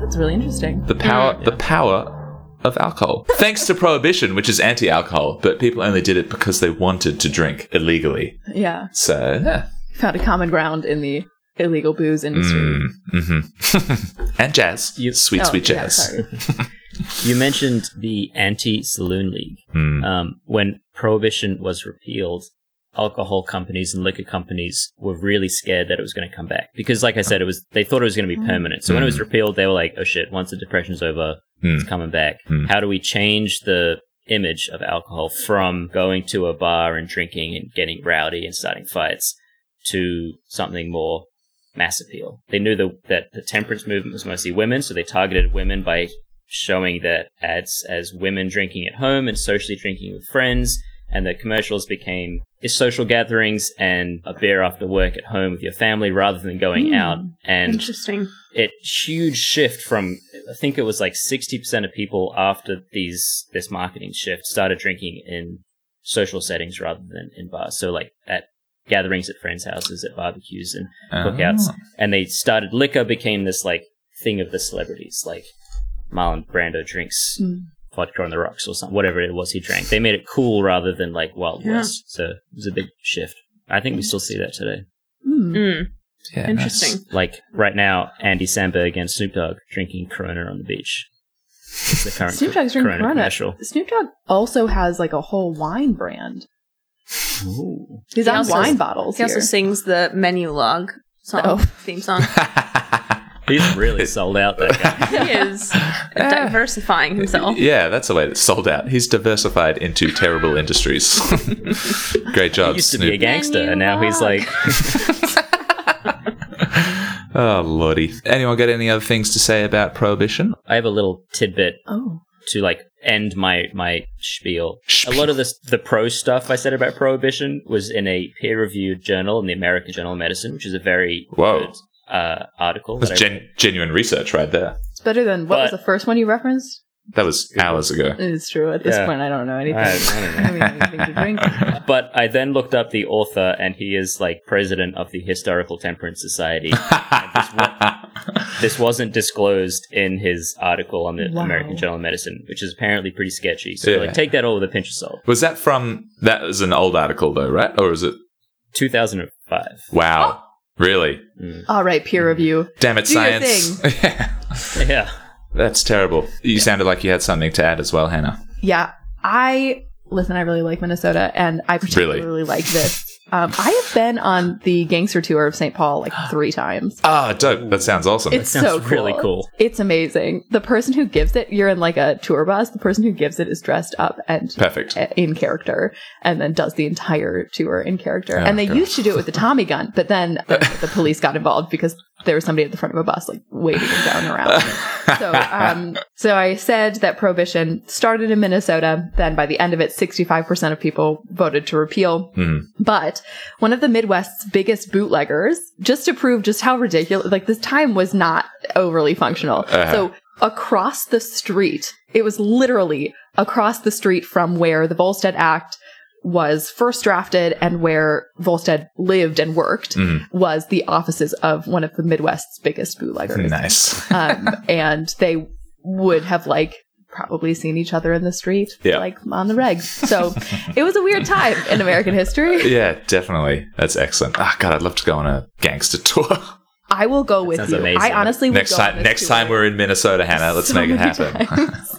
S5: That's really interesting.
S2: the power the power of alcohol. Thanks to prohibition, which is anti-alcohol, but people only did it because they wanted to drink illegally.
S5: Yeah,
S2: So, yeah.
S5: found a common ground in the illegal booze industry.
S2: Mm-hmm. and jazz.
S3: You-
S2: Mm. sweet,
S5: Oh,
S2: sweet
S5: yeah,
S2: jazz.
S5: sorry.
S3: You mentioned the anti saloon league.
S2: Mm.
S3: Um, when prohibition was repealed, alcohol companies and liquor companies were really scared that it was going to come back because, like I said, it was they thought it was going to be permanent. So when it was repealed, they were like, "Oh shit! Once the depression's over, it's coming back. How do we change the?" image of alcohol from going to a bar and drinking and getting rowdy and starting fights to something more mass appeal. They knew the, that the temperance movement was mostly women, so they targeted women by showing that ads as women drinking at home and socially drinking with friends. And the commercials became social gatherings and a beer after work at home with your family rather than going out. And
S4: Interesting.
S3: it huge shift from I think it was like sixty percent of people after these this marketing shift started drinking in social settings rather than in bars. So like at gatherings at friends' houses, at barbecues and cookouts.
S2: Oh.
S3: And they started liquor became this like thing of the celebrities, like Marlon Brando drinks
S5: Mm.
S3: vodka on the rocks or something, whatever it was he drank. They made it cool rather than like Wild
S4: Yeah.
S3: West. So it was a big shift. I think we still see that today.
S5: Mm.
S4: Mm,
S2: Yeah,
S4: interesting.
S3: Like right now, Andy Samberg and Snoop Dogg drinking Corona on the beach. It's the current
S5: Snoop Dogg's drinking Corona.
S3: commercial.
S5: Snoop Dogg also has like a whole wine brand. He's
S4: He
S5: on
S4: also-
S5: wine bottles.
S4: He also
S5: here.
S4: sings the menu log song
S5: Oh.
S4: theme song.
S2: nice.
S3: He's really sold out. That guy.
S4: he is diversifying himself.
S2: yeah, that's the way that's sold out. He's diversified into terrible industries. Great job,
S3: He used to
S2: Snoop.
S3: be a gangster, and now he's like
S2: oh, lordy. Anyone got any other things to say about prohibition?
S3: I have a little tidbit
S5: oh,
S3: to like end my my spiel. A lot of this the pro stuff I said about prohibition was in a peer reviewed journal in the American Journal of Medicine, which is a very
S2: Whoa.
S3: good uh, article. that I
S2: That's gen- genuine research right there.
S5: it's better than what was
S3: But-
S5: the first one you referenced?
S2: That was hours ago.
S5: It's true. At this
S3: Yeah.
S5: point, I don't know anything.
S3: I- I don't know.
S5: I mean, anything to drink.
S3: But I then looked up the author, and he is like president of the Historical Temperance Society. this wasn't disclosed in his article on the
S5: Wow.
S3: American Journal of Medicine, which is apparently pretty sketchy. So
S2: Yeah.
S3: like, take that all with a pinch of salt.
S2: was that from that was an old article though, right? Or is it
S3: 2005.
S2: wow. Really?
S5: All right, peer review.
S2: Damn it,
S5: Oh. Do your
S2: science. Yeah.
S3: Yeah.
S2: That's terrible. You sounded like you had something to add as well, Hannah.
S5: Yeah, I listen. I really like Minnesota, and I particularly like this. Um, I have been on the gangster tour of St. Paul like three times.
S2: Ah, dope. That sounds awesome.
S5: It's
S3: sounds
S5: so cool.
S3: really cool.
S5: It's amazing. The person who gives it, you're in like a tour bus. The person who gives it is dressed up and
S2: Perfect.
S5: in character, and then does the entire tour in character.
S2: Oh,
S5: and they
S2: God.
S5: used to do it with the Tommy gun, but then the, the police got involved because there was somebody at the front of a bus like waving it down around. so, um, so I said that prohibition started in Minnesota. Then by the end of it, 65% of people voted to repeal.
S2: Mhm.
S5: But one of the Midwest's biggest bootleggers, just to prove just how ridiculous, like this time was not overly functional.
S2: Uh-huh.
S5: So across the street, it was literally across the street from where the Volstead Act was first drafted and where Volstead lived and worked
S2: Mhm.
S5: was the offices of one of the Midwest's biggest bootleggers.
S2: Nice.
S5: um, and they would have like probably seen each other in the street,
S2: Yeah.
S5: like on the regs. So it was a weird time in American history.
S2: yeah, definitely. That's excellent. Ah, God, I'd love to go on a gangster tour.
S5: Oh I will go with
S3: sounds
S5: you.
S3: amazing.
S5: I honestly would
S2: next
S5: go on
S2: time,
S5: this
S2: next
S5: tour.
S2: time we're in Minnesota, Hannah, let's
S5: So
S2: make it
S5: many
S2: happen.
S5: times.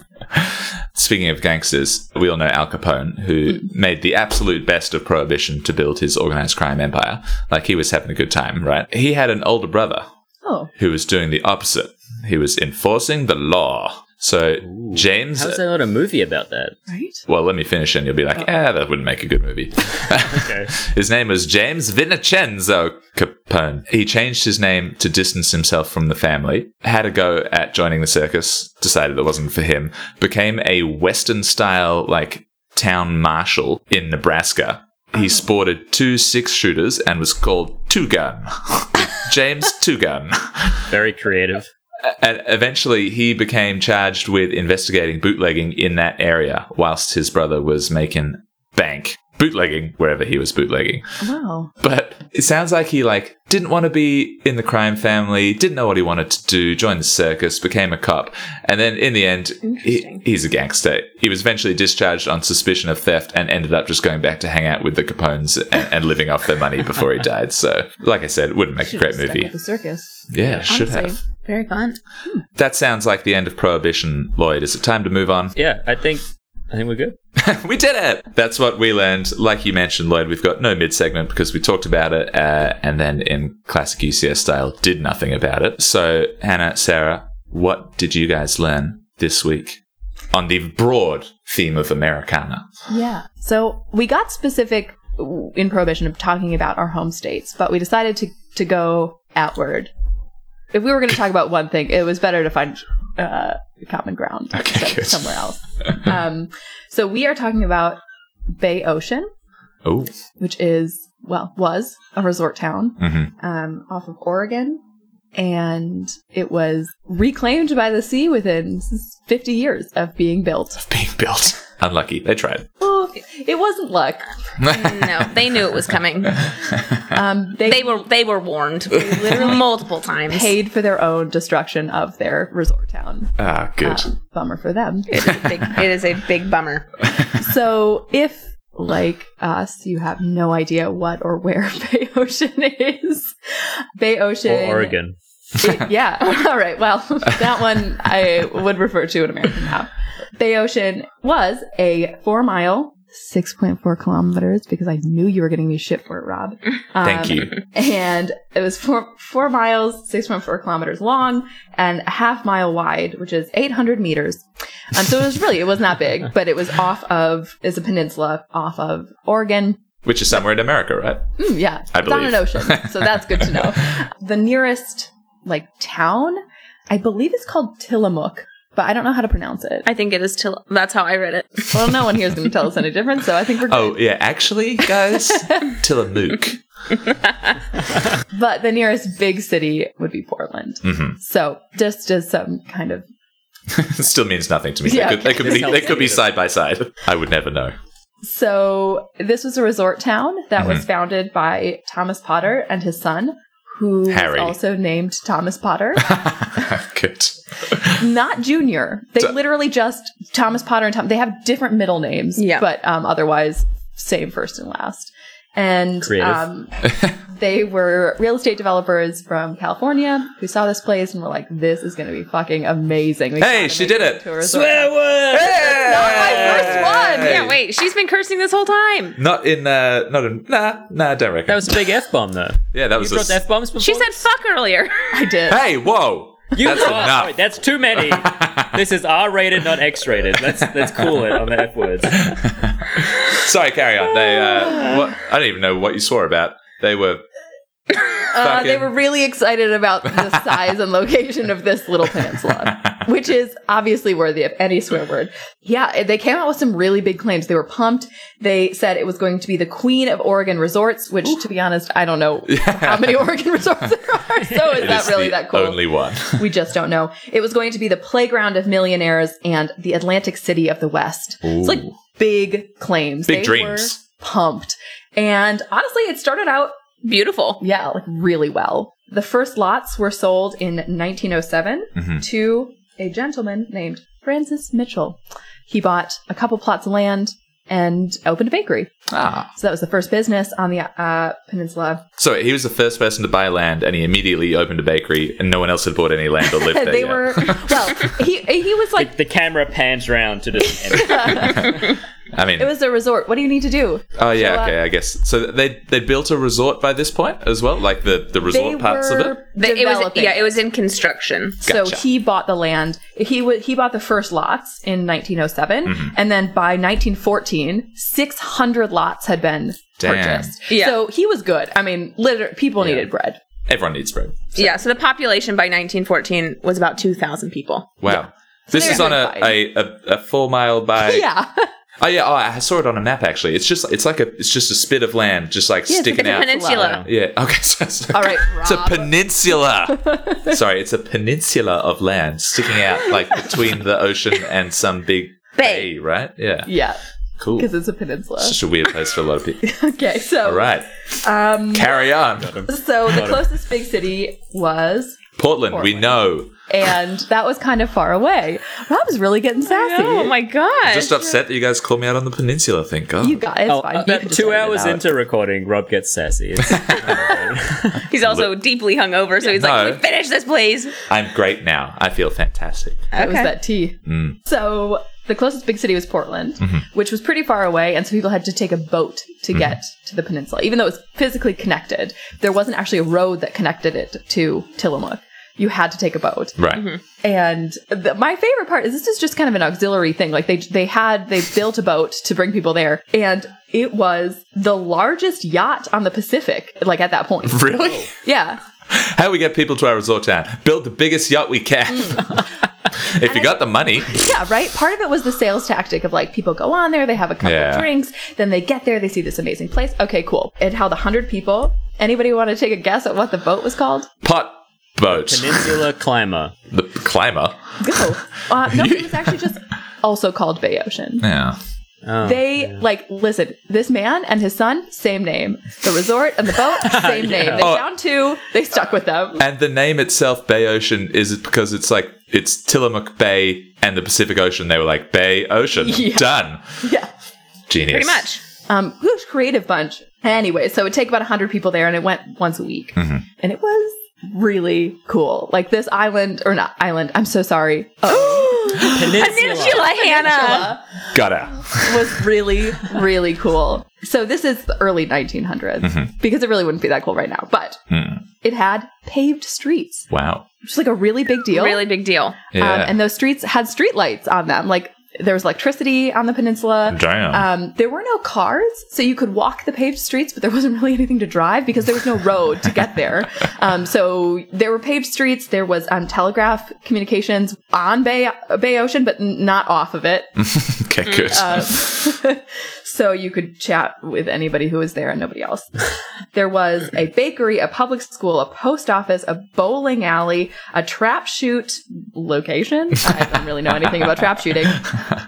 S2: Speaking of gangsters, we all know Al Capone, who
S5: Hmm.
S2: made the absolute best of prohibition to build his organized crime empire. Like he was having a good time, right? He had an older brother
S5: oh,
S2: who was doing the opposite. He was enforcing the law. So James,
S3: How's there not a movie about that?
S5: right.
S2: well, let me finish, and you'll be like, "Ah, that wouldn't make a good movie."
S3: Okay.
S2: His name was James Vincenzo Capone. He changed his name to distance himself from the family, had a go at joining the circus, decided it wasn't for him, became a Western style, like, town marshal in Nebraska. He sported two six shooters and was called Two Gun. James Two Gun.
S3: Very creative.
S2: And eventually, he became charged with investigating bootlegging in that area whilst his brother was making bank bootlegging wherever he was bootlegging
S5: Wow.
S2: but it sounds like he like didn't want to be in the crime family didn't know what he wanted to do joined the circus became a cop and then in the end he,
S4: Interesting.
S2: he's a gangster he was eventually discharged on suspicion of theft and ended up just going back to hang out with the capones and, and living off their money before he died so like i said wouldn't make a great movie
S5: The circus.
S2: yeah should
S5: honestly.
S2: have
S4: Very fun.
S2: that sounds like the end of prohibition lloyd is it time to move on
S3: Yeah, I think I think we're good.
S2: we did it. That's what we learned. Like you mentioned, Lloyd, we've got no mid segment because we talked about it uh, and then in classic UCS style did nothing about it. So, Hannah, Sarah, what did you guys learn this week on the broad theme of Americana?
S5: Yeah. So we got specific w- in prohibition of talking about our home states, but we decided to to go outward. If we were going to talk about one thing, it was better to find uh, common ground
S2: Okay,
S5: so-
S2: good.
S5: somewhere else. Um, so we are talking about Bay Ocean,
S2: Oh,
S5: which is well was a resort town
S2: Mhm.
S5: um, off of Oregon, and it was reclaimed by the sea within s- 50 years of being built.
S2: being built. Unlucky. They tried.
S5: Oh, it wasn't luck.
S4: no, they knew it was coming.
S5: Um,
S4: They were they were warned multiple times.
S5: paid for their own destruction of their resort town.
S2: Ah, good.
S5: Um, bummer for them.
S4: It is a big, it is a big bummer.
S5: so if like us, you have no idea what or where Bay Ocean is. Bay Ocean
S3: Or Oregon.
S5: it- yeah. All right. Well, that one I would refer to in American now. Bay Ocean was a four mile, 6.4 kilometers, because I knew you were getting me shit for it, Rob. Um,
S2: Thank you.
S5: And it was four, four miles, 6.4 kilometers long and a half mile wide, which is 800 meters. Um, so it was really, it was not big, but it was off of, it's a peninsula off of Oregon.
S2: Which is somewhere in America, right?
S5: Mm, yeah,
S2: I
S5: it's on an
S2: believe.
S5: ocean, so that's good to know. the nearest like town, I believe, is called Tillamook, but I don't know how to pronounce it.
S4: I think it is till that's how I read it.
S5: Well, no one here is going to tell us any different, so I think we're good.
S2: Oh, yeah. Actually, guys, Tillamook.
S5: But the nearest big city would be Portland.
S2: Mhm.
S5: So just as some kind of
S2: Still means nothing to me.
S5: Yeah,
S2: they could, they could,
S3: this
S2: be, they
S3: helps.
S2: could be side by side. I would never know.
S5: so this was a resort town that
S2: Mm-hmm.
S5: was founded by Thomas Potter and his son. Who was
S2: Harry.
S5: also named Thomas Potter,
S2: Good.
S5: not Junior. They literally just Thomas Potter and Tom. They have different middle names,
S4: Yeah.
S5: but um, otherwise same first and last. And
S3: Creative.
S5: um, they were real estate developers from California who saw this place and were like, "This is going to be fucking amazing." We
S2: Hey,
S5: gotta
S2: she
S5: make
S2: did
S5: this
S2: it.
S5: to a resort.
S2: word.
S5: not my first one.
S4: Yeah, wait, she's been cursing this whole time.
S2: Not in. Uh, not in. Nah, nah. Don't reckon.
S3: That was a big F bomb though.
S2: yeah, that
S3: You
S2: was. a
S3: dropped
S2: s-
S3: F bombs before.
S4: She said fuck earlier.
S5: I did.
S2: hey, whoa.
S3: You
S2: That's
S3: oh,
S2: enough.
S3: wait, that's too many. this is R rated, not X rated. Let's let's cool it on the F words.
S2: Sorry, carry on. They. Uh, what, I don't even know what you swore about. They were.
S5: Uh, they
S2: fucking-
S5: were really excited about the size and location of this little peninsula, which is obviously worthy of any swear word. Yeah, eh, they came out with some really big claims. They were pumped. They said it was going to be the queen of Oregon resorts, which, to be honest, I don't know how many Oregon resorts there are. So is
S2: It
S5: that
S2: is
S5: really
S2: the
S5: that cool?
S2: Only one.
S5: we just don't know. It was going to be the playground of millionaires and the Atlantic City of the West. It's like big claims.
S2: Big
S5: They
S2: dreams.
S5: were pumped. And honestly, it started out,
S4: Beautiful.
S5: yeah, like really well. The first lots were sold in 1907
S2: Mhm.
S5: to a gentleman named Francis Mitchell. He bought a couple plots of land and opened a bakery.
S2: Ah.
S5: So that was the first business on the uh, peninsula.
S2: So he was the first person to buy land, and he immediately opened a bakery, and no one else had bought any land or lived there.
S5: they
S2: yet.
S5: were well. He he was like
S3: Like the camera pans round to the
S2: I mean,
S5: it was a resort. What do you need to do?
S2: oh yeah,
S5: so, uh,
S2: okay, I guess. So they they built a resort by this point as well, like the the resort parts of it.
S4: The- it was
S5: developing
S4: yeah, it was in construction.
S5: So
S2: Gotcha.
S5: he bought the land. He wa he bought the first lots in 1907,
S2: Mm-hmm.
S5: and then by 1914, 600 lots had been
S2: Damn.
S5: purchased.
S4: Yeah.
S5: So he was good. I mean, liter- people needed bread.
S2: Everyone needs bread.
S4: Yeah, so the population by 1914 was about 2,000 people.
S2: Wow. This
S5: they're
S2: is on a, a,
S5: doing
S2: a, a four mile by.
S5: Yeah,
S2: Oh yeah. Oh, I saw it on a map actually. It's just it's like a it's just a spit of land just like
S5: it's a
S2: sticking out.
S4: Peninsula.
S2: Yeah. Okay. So, so-
S5: All right,
S2: It's a
S5: Rob.
S2: peninsula. Sorry, it's a peninsula of land sticking out like between the ocean and some big
S4: Bay.
S2: bay, right? Yeah.
S5: yeah,
S2: Cool.
S5: because
S2: It's
S5: it's a peninsula.
S2: such a weird place for a lot of people.
S5: Okay, so
S2: All right. Um, Carry on.
S5: so the closest big city was,
S2: Portland, we
S5: Portland.
S2: know.
S5: and that was kind of far away. Rob's really getting sassy.
S4: Oh my god.
S2: Just upset that you guys called me out on the peninsula Oh, thing. God.
S5: You got it. It's
S4: Oh, uh,
S5: fine. You
S3: end.
S5: can
S3: About
S5: just
S3: two
S5: edit it
S3: hours
S5: out.
S3: into recording, Rob gets sassy. It's-
S4: He's also deeply hungover, so he's
S2: No.
S4: like, "Can we finish this, please.
S2: I'm great now. I feel fantastic.
S5: It was that tea.
S2: Mm.
S5: So the closest big city was Portland,
S2: Mm-hmm.
S5: which was pretty far away, and so people had to take a boat to get to the peninsula. Even though it was physically connected, there wasn't actually a road that connected it to Tillamook. You had to take a boat.
S2: Right.
S5: Mm-hmm. And the, my favorite part is this is just kind of an auxiliary thing. Like they they had they built a boat to bring people there, and it was the largest yacht on the Pacific. Like at that point,
S2: Really?
S5: yeah.
S2: How do we get people to our resort town? Build the biggest yacht we can.
S5: Mm.
S2: if you got the money,
S5: Yeah, right. Part of it was the sales tactic of like people go on there, they have a couple
S2: Yeah.
S5: of drinks, then they get there, they see this amazing place. Okay, cool. It held hundred people. Anybody want to take a guess at what the boat was called?
S2: pot boat,
S3: Peninsula climber.
S2: the climber.
S5: Go. Uh, no, it was actually just also called Bay Ocean.
S2: Yeah.
S3: Oh.
S5: They like listen. This man and his son, same name. The resort and the boat, same name. They
S2: Oh.
S5: found two. They stuck with them.
S2: And the name itself, Bay Ocean, is it because it's like it's Tillamook Bay and the Pacific Ocean? They were like Bay Ocean.
S5: Yeah.
S2: Done.
S5: Yeah.
S2: Genius.
S4: Pretty much.
S5: Um, whoosh, creative bunch. Anyway, so it would take about 100 people there, and it went once a week.
S4: Mm-hmm.
S5: And it was really cool. Like this island, or not island, I'm so sorry. Oh,
S4: Peninsula, Hannah.
S5: Peninsula
S2: Got out.
S5: was really, really cool. So this is the early 1900s,
S4: Mm-hmm.
S5: because it really wouldn't be that cool right now. But it had paved streets,
S2: Hmm. Wow.
S5: which is like a really big deal.
S4: Really big deal.
S2: Yeah.
S5: Um, and those streets had street lights on them. Like there was electricity on the peninsula.
S2: Damn.
S5: Um, there were no cars, so you could walk the paved streets, but there wasn't really anything to drive because there was no road to get there. Um, so there were paved streets. There was um, telegraph communications on Bay Bay Ocean, but n- not off of it.
S2: okay,
S5: mm,
S2: good.
S5: uh, so you could chat with anybody who was there and nobody else. there was a bakery, a public school, a post office, a bowling alley, a trap shoot location. I don't really know anything about trap shooting.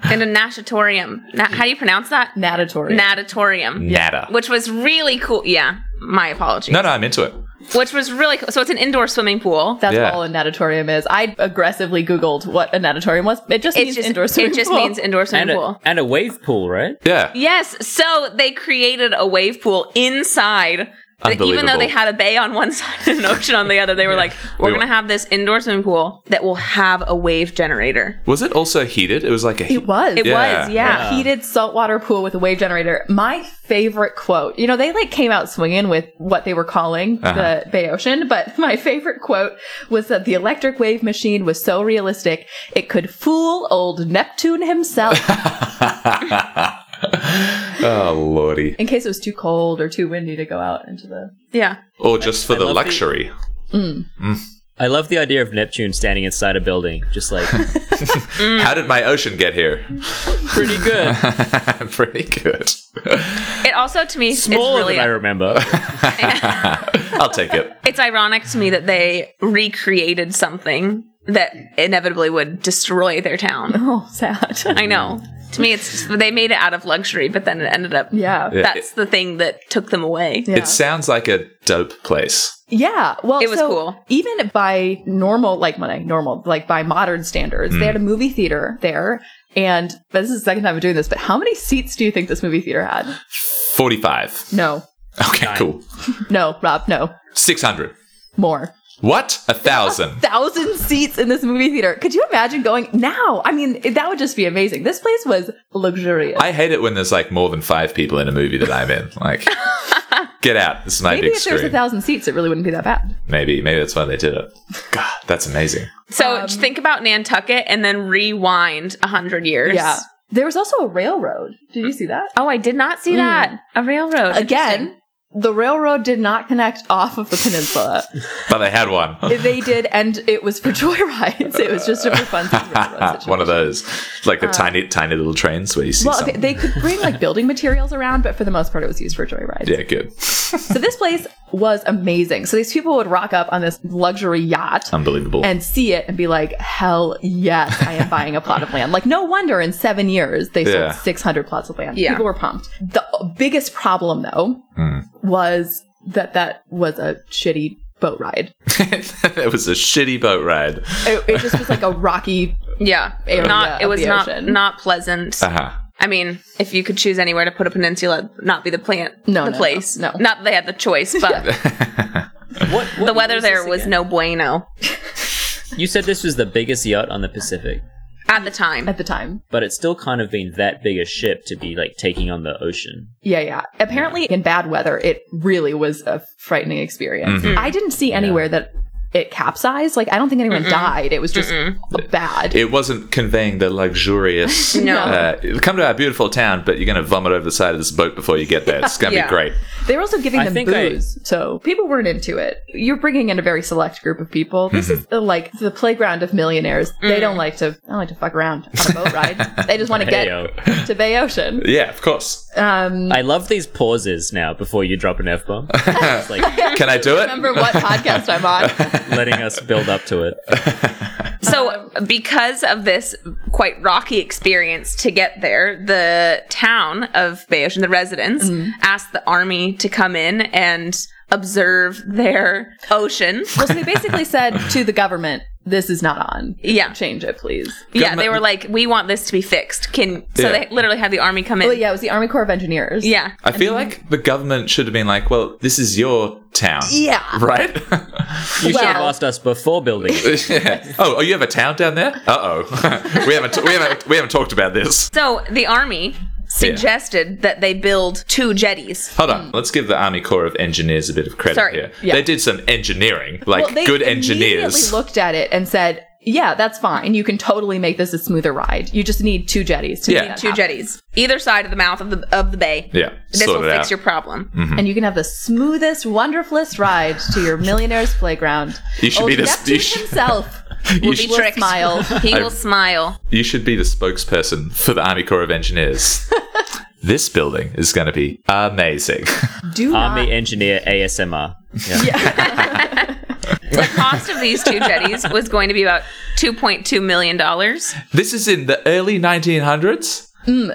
S4: And a natatorium. Na- how do you pronounce that?
S5: Natatorium.
S4: Natatorium.
S2: Nada.
S4: Which was really cool. Yeah. My apologies.
S2: No, no, I'm into it.
S4: Which was really cool. So it's an indoor swimming pool.
S5: That's
S2: Yeah.
S5: all a natatorium is. I aggressively Googled what a natatorium was. It just
S4: It
S5: means
S4: just,
S5: indoor swimming
S4: it just
S5: pool.
S4: means indoor swimming
S3: and, a,
S4: pool.
S3: and a wave pool, right?
S2: Yeah.
S4: Yes. So they created a wave pool inside. That Even though
S2: Unbelievable.
S4: they had a bay on one side and an ocean on the other, they were like, we're
S2: We
S4: going to
S2: were-
S4: have this indoor swimming pool that will have a wave generator.
S2: Was it also heated? It was like a heat.
S5: It was.
S4: It
S2: Yeah.
S4: was, yeah.
S5: A heated saltwater pool with a wave generator. My favorite quote. You know, they like came out swinging with what they were calling Uh-huh. the Bay Ocean, but my favorite quote was that the electric wave machine was so realistic it could fool old Neptune himself
S2: oh, lordy.
S5: in case it was too cold or too windy to go out into the.
S4: Yeah.
S2: Or just for the
S3: love the-
S2: luxury.
S3: I love the idea of Neptune standing inside a building, just like
S5: Mm.
S2: How did my ocean get here?
S3: pretty good,
S2: Pretty good.
S4: It also, to me, it's
S3: smaller
S4: really
S3: than I remember.
S2: I'll take it.
S4: it's ironic to me that they recreated something that inevitably would destroy their town.
S5: Oh, sad.
S4: I know. To me, it's they made it out of luxury, but then it ended up.
S5: Yeah.
S2: Yeah.
S4: That's the thing that took them away.
S5: Yeah.
S2: It sounds like a dope place.
S5: Yeah, well,
S4: It was
S5: so
S4: cool.
S5: Even by normal, like when I normal, like by modern standards, they had a movie theater there, and this is the second time I'm doing this. But how many seats do you think this movie theater had?
S2: 45.
S5: No,
S2: Okay, cool.
S5: no, Rob, no,
S2: 600.
S5: more.
S2: What? A thousand.
S5: Thousand seats in this movie theater. Could you imagine going now? I mean, it- that would just be amazing. This place was luxurious.
S2: I hate it when there's like more than five people in a movie that I'm in. Like, get out. This is my
S5: Maybe
S2: big
S5: if there was a
S2: screen.
S5: thousand seats, it really wouldn't be that bad.
S2: Maybe, maybe that's why they did it. God, that's amazing.
S4: So think about Nantucket and then rewind a hundred years.
S5: Yeah. There was also a railroad. Did you see that?
S4: Oh, I did not see that. A railroad.
S5: Again, the railroad did not connect off of the peninsula.
S2: But they had one.
S5: they did, and it was for joyrides. It was just a for fun thing.
S2: one of those, like the tiny, tiny little trains where you see
S5: Uh, Well, okay,
S2: something.
S5: they could bring like building materials around, but for the most part, it was used for joyrides.
S2: yeah, good.
S5: So this place was amazing. So these people would rock up on this luxury yacht
S2: Unbelievable.
S5: and see it and be like, "Hell yes, I am buying a plot of land." Like, no wonder in seven years they sold
S2: Yeah.
S5: 600 plots of land.
S4: Yeah.
S5: People were pumped. The biggest problem though
S2: Hmm.
S5: was that that was a shitty boat ride.
S2: it was a shitty boat ride.
S5: It, it just was like a rocky.
S4: Yeah.
S5: Area
S4: not. It
S5: of
S4: was
S5: the
S4: not
S5: ocean.
S4: not pleasant.
S2: Uh huh.
S4: I mean, if you could choose anywhere to put a peninsula, it'd not be the plant,
S5: No, no,
S4: the
S5: no,
S4: place.
S5: no.
S4: Not that they had the choice, but
S3: What, what
S4: the weather
S3: was this
S4: there was
S3: again?
S4: no bueno
S3: You said this was the biggest yacht on the Pacific,
S4: at the time.
S5: At the time,
S3: but it's still kind of been that big a ship to be like taking on the ocean.
S5: Yeah, yeah. Apparently, in bad weather, it really was a frightening experience.
S3: Mm-hmm.
S5: I didn't see anywhere that it capsized. Like, I don't think anyone died. It was just bad.
S2: It wasn't conveying the luxurious.
S4: No.
S2: Uh, come to our beautiful town, but you're going to vomit over the side of this boat before you get there. It's going to
S4: Yeah.
S2: be great.
S5: they were also giving
S3: I
S5: them
S3: think I-
S5: booze, so people weren't into it. You're bringing in a very select group of people. This
S3: Mm-hmm.
S5: is uh, like the playground of millionaires.
S3: Mm.
S5: They don't like to. I don't like to fuck around on a boat ride. they just want to get
S3: Heyo.
S5: to Bay Ocean.
S2: Yeah, of course.
S5: Um,
S3: I love these pauses now before you drop an F bomb. It's like
S2: Can I do it?
S5: remember what podcast I'm on?
S3: letting us build up to it.
S4: So,
S2: Um,
S4: because of this quite rocky experience to get there, the town of Bayosian, the residents,
S2: Mm-hmm.
S4: asked the army to come in and observe their ocean.
S5: Well, so they basically said to the government, "This is not on.
S4: Yeah.
S5: Change it, please."
S4: yeah, they were like, "We want this to be fixed." Can so
S2: Yeah.
S4: they literally had the army come in.
S5: Well, yeah, it was the Army Corps of Engineers.
S4: yeah.
S2: I feel like the government should have been like, well, this is your town.
S5: Yeah.
S2: Right?
S3: You should have
S5: Well-
S3: asked us before building it.
S2: Yeah. Oh, oh, you have a town down there? Uh oh. we, haven't we, haven't, we haven't talked about this.
S4: So the army suggested that they build two jetties.
S2: Hold on. Let's give the Army Corps of Engineers a bit of credit
S4: Sorry.
S2: here.
S5: Yeah.
S2: They did some engineering, like
S5: Well, they
S2: good
S5: immediately
S2: engineers.
S5: looked at it and said, "Yeah, that's fine. You can totally make this a smoother ride. You just need two jetties to
S2: Yeah.
S5: make that
S4: Two
S5: happen.
S4: jetties, either side of the mouth of the of the bay.
S2: Ah. yeah.
S4: This
S2: sort
S4: will
S2: it
S4: fix
S2: out. Mm.
S4: your problem.
S2: Mm-hmm.
S5: and you can have the smoothest, wonderfulest ride to your millionaire's playground."
S2: You should
S5: Old
S2: be the-
S5: Neptune
S2: you should-
S5: himself.
S2: You
S5: will
S2: should-
S4: tricked.
S5: smile.
S4: He will smile.
S2: you should be the spokesperson for the Army Corps of Engineers. this building is going to be amazing.
S5: Do not.
S3: Army engineer ASMR. Yeah.
S4: The cost of these two jetties was going to be about two point two million dollars.
S2: this is in the early 1900s.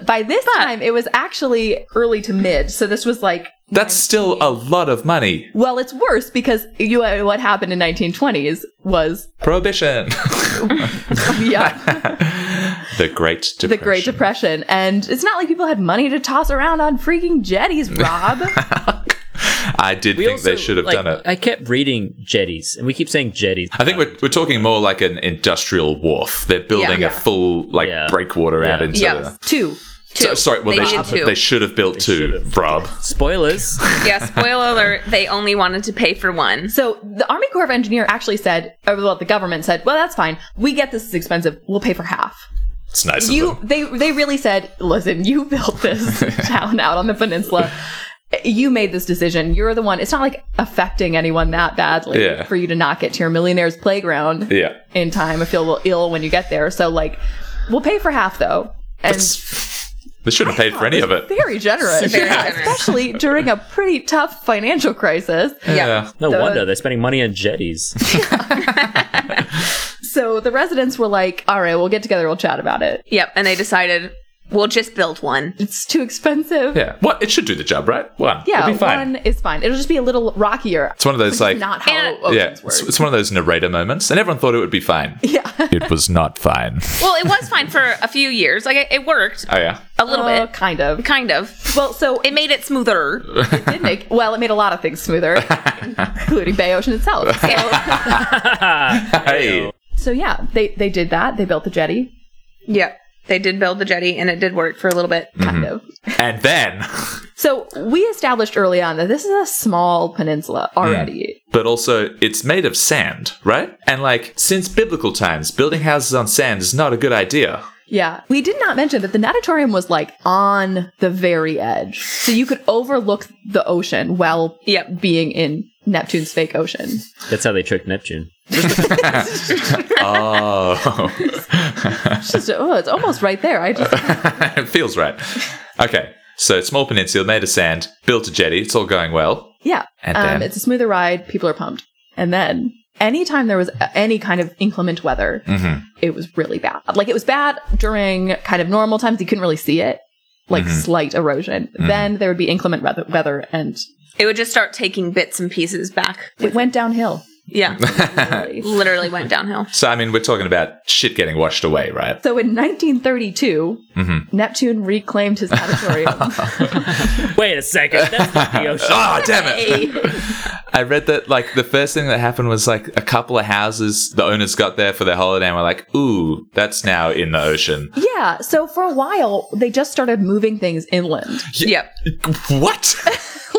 S5: By this time, it was actually early to mid, so this was like.
S2: That's still a lot of money.
S5: Well, it's worse because you, uh, what happened in 1920s was
S2: Prohibition.
S5: yeah,
S2: the Great Depression.
S5: the Great Depression, and it's not like people had money to toss around on freaking jetties, Rob.
S2: I did
S3: We
S2: think they
S3: also,
S2: should have
S3: like,
S2: done it.
S3: I kept reading jetties, and we keep saying jetties.
S2: I think we're, we're talking more like an industrial wharf. They're building
S4: Yeah.
S2: a full like
S3: Yeah.
S2: breakwater out
S3: Yeah.
S2: into
S4: Yeah.
S2: the.
S5: Two.
S4: Two.
S2: So- sorry, well
S4: they,
S2: they,
S4: needed
S2: sh-
S4: two.
S2: they should have built two, Rob.
S3: Spoilers.
S4: yeah, spoiler alert. They only wanted to pay for one.
S5: So the Army Corps of Engineer actually said, or well, the government said, well, that's fine. We get this is expensive. We'll pay for half.
S2: It's nice of
S5: You,
S2: them.
S5: they, they really said, listen, you built this town out on the peninsula. You made this decision. You're the one. It's not like affecting anyone that badly
S2: Yeah.
S5: for you to not get to your millionaire's playground
S2: Yeah.
S5: in time. I feel a little ill when you get there. So like, we'll pay for half though. And
S2: It's- They shouldn't have paid for any of it.
S5: very generous,
S4: Very
S5: Yeah,
S4: generous.
S5: especially during a pretty tough financial crisis.
S4: yeah.
S3: No wonder they're spending money on jetties.
S5: So the residents were like, all right, we'll get together, we'll chat about it.
S4: Yep. And they decided We'll just build one.
S5: It's too expensive.
S2: Yeah. What? It should do the job, right? One.
S5: Yeah,
S2: It'll be fine.
S5: one is fine. It'll just be a little rockier.
S2: It's one of those like.
S5: Not how
S4: And-
S5: oceans
S2: yeah.
S5: work.
S2: It's, it's one of those narrator moments, and everyone thought it would be fine.
S5: yeah.
S2: it was not fine.
S4: Well, it was fine for a few years. Like it, it worked
S2: Oh yeah.
S4: a little
S5: Uh,
S4: bit,
S5: kind of.
S4: kind of.
S5: Well, so
S4: It made it smoother.
S5: it did make well, it made a lot of things smoother, including Bay Ocean itself. So,
S2: Hey.
S5: so yeah, they they did that. They built the jetty,
S4: yeah, they did build the jetty, and it did work for a little bit.
S5: kind
S2: Mm-hmm.
S5: of.
S2: And then,
S5: So we established early on that this is a small peninsula already.
S2: but also it's made of sand, right? And like since biblical times, building houses on sand is not a good idea.
S5: Yeah. We did not mention that the natatorium was like on the very edge. So you could overlook the ocean while
S4: Yep.
S5: being in Neptune's fake ocean.
S3: That's how they tricked Neptune.
S2: Oh.
S5: It's just, oh, it's almost right there. I just
S2: it feels right. Okay. So small peninsula made of sand, built a jetty, it's all going well.
S5: Yeah.
S2: And then-
S5: um, it's a smoother ride. People are pumped. And then anytime there was a- any kind of inclement weather,
S2: Mm-hmm.
S5: it was really bad. Like it was bad during kind of normal times. You couldn't really see it, like
S2: Mm-hmm.
S5: slight erosion. Then there would be inclement weather, weather and
S4: It would just start taking bits and pieces back.
S5: it went downhill.
S4: Yeah,
S5: really.
S4: literally went downhill.
S2: So I mean we're talking about shit getting washed away, right?
S5: so in 1932,
S2: Mm-hmm.
S5: Neptune reclaimed his auditorium.
S3: Wait a second. That's not the ocean.
S2: Oh damn it. I read that like the first thing that happened was like a couple of houses the owners got there for their holiday and were like, ooh, that's now in the ocean.
S5: yeah. So for a while, they just started moving things inland.
S4: Yep.
S2: What?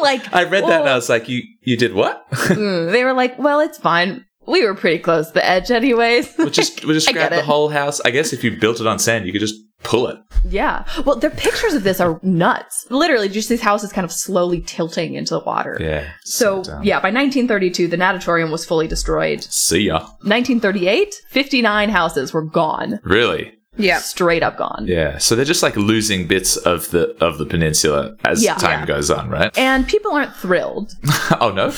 S5: like
S2: I read that and I
S5: well,
S2: was like, you you did what?
S5: They were like, well, it's fine. We were pretty close to the edge, anyways.
S2: We'll just we'll just
S5: I
S2: grab
S5: get
S2: the
S5: it.
S2: whole house. I guess if you built it on sand, you could just pull it.
S5: Yeah. Well, their pictures of this are nuts. Literally, just these houses kind of slowly tilting into the water.
S2: Yeah.
S5: So,
S2: dumb.
S5: yeah, by 1932, the natatorium was fully destroyed.
S2: See ya.
S5: 1938, 59 houses were gone.
S2: Really?
S4: Yep.
S5: Straight up gone.
S2: Yeah. So they're just like losing bits of the of the peninsula as
S5: Yeah.
S2: time
S5: Yeah.
S2: goes on, right?
S5: And people aren't thrilled.
S2: oh no.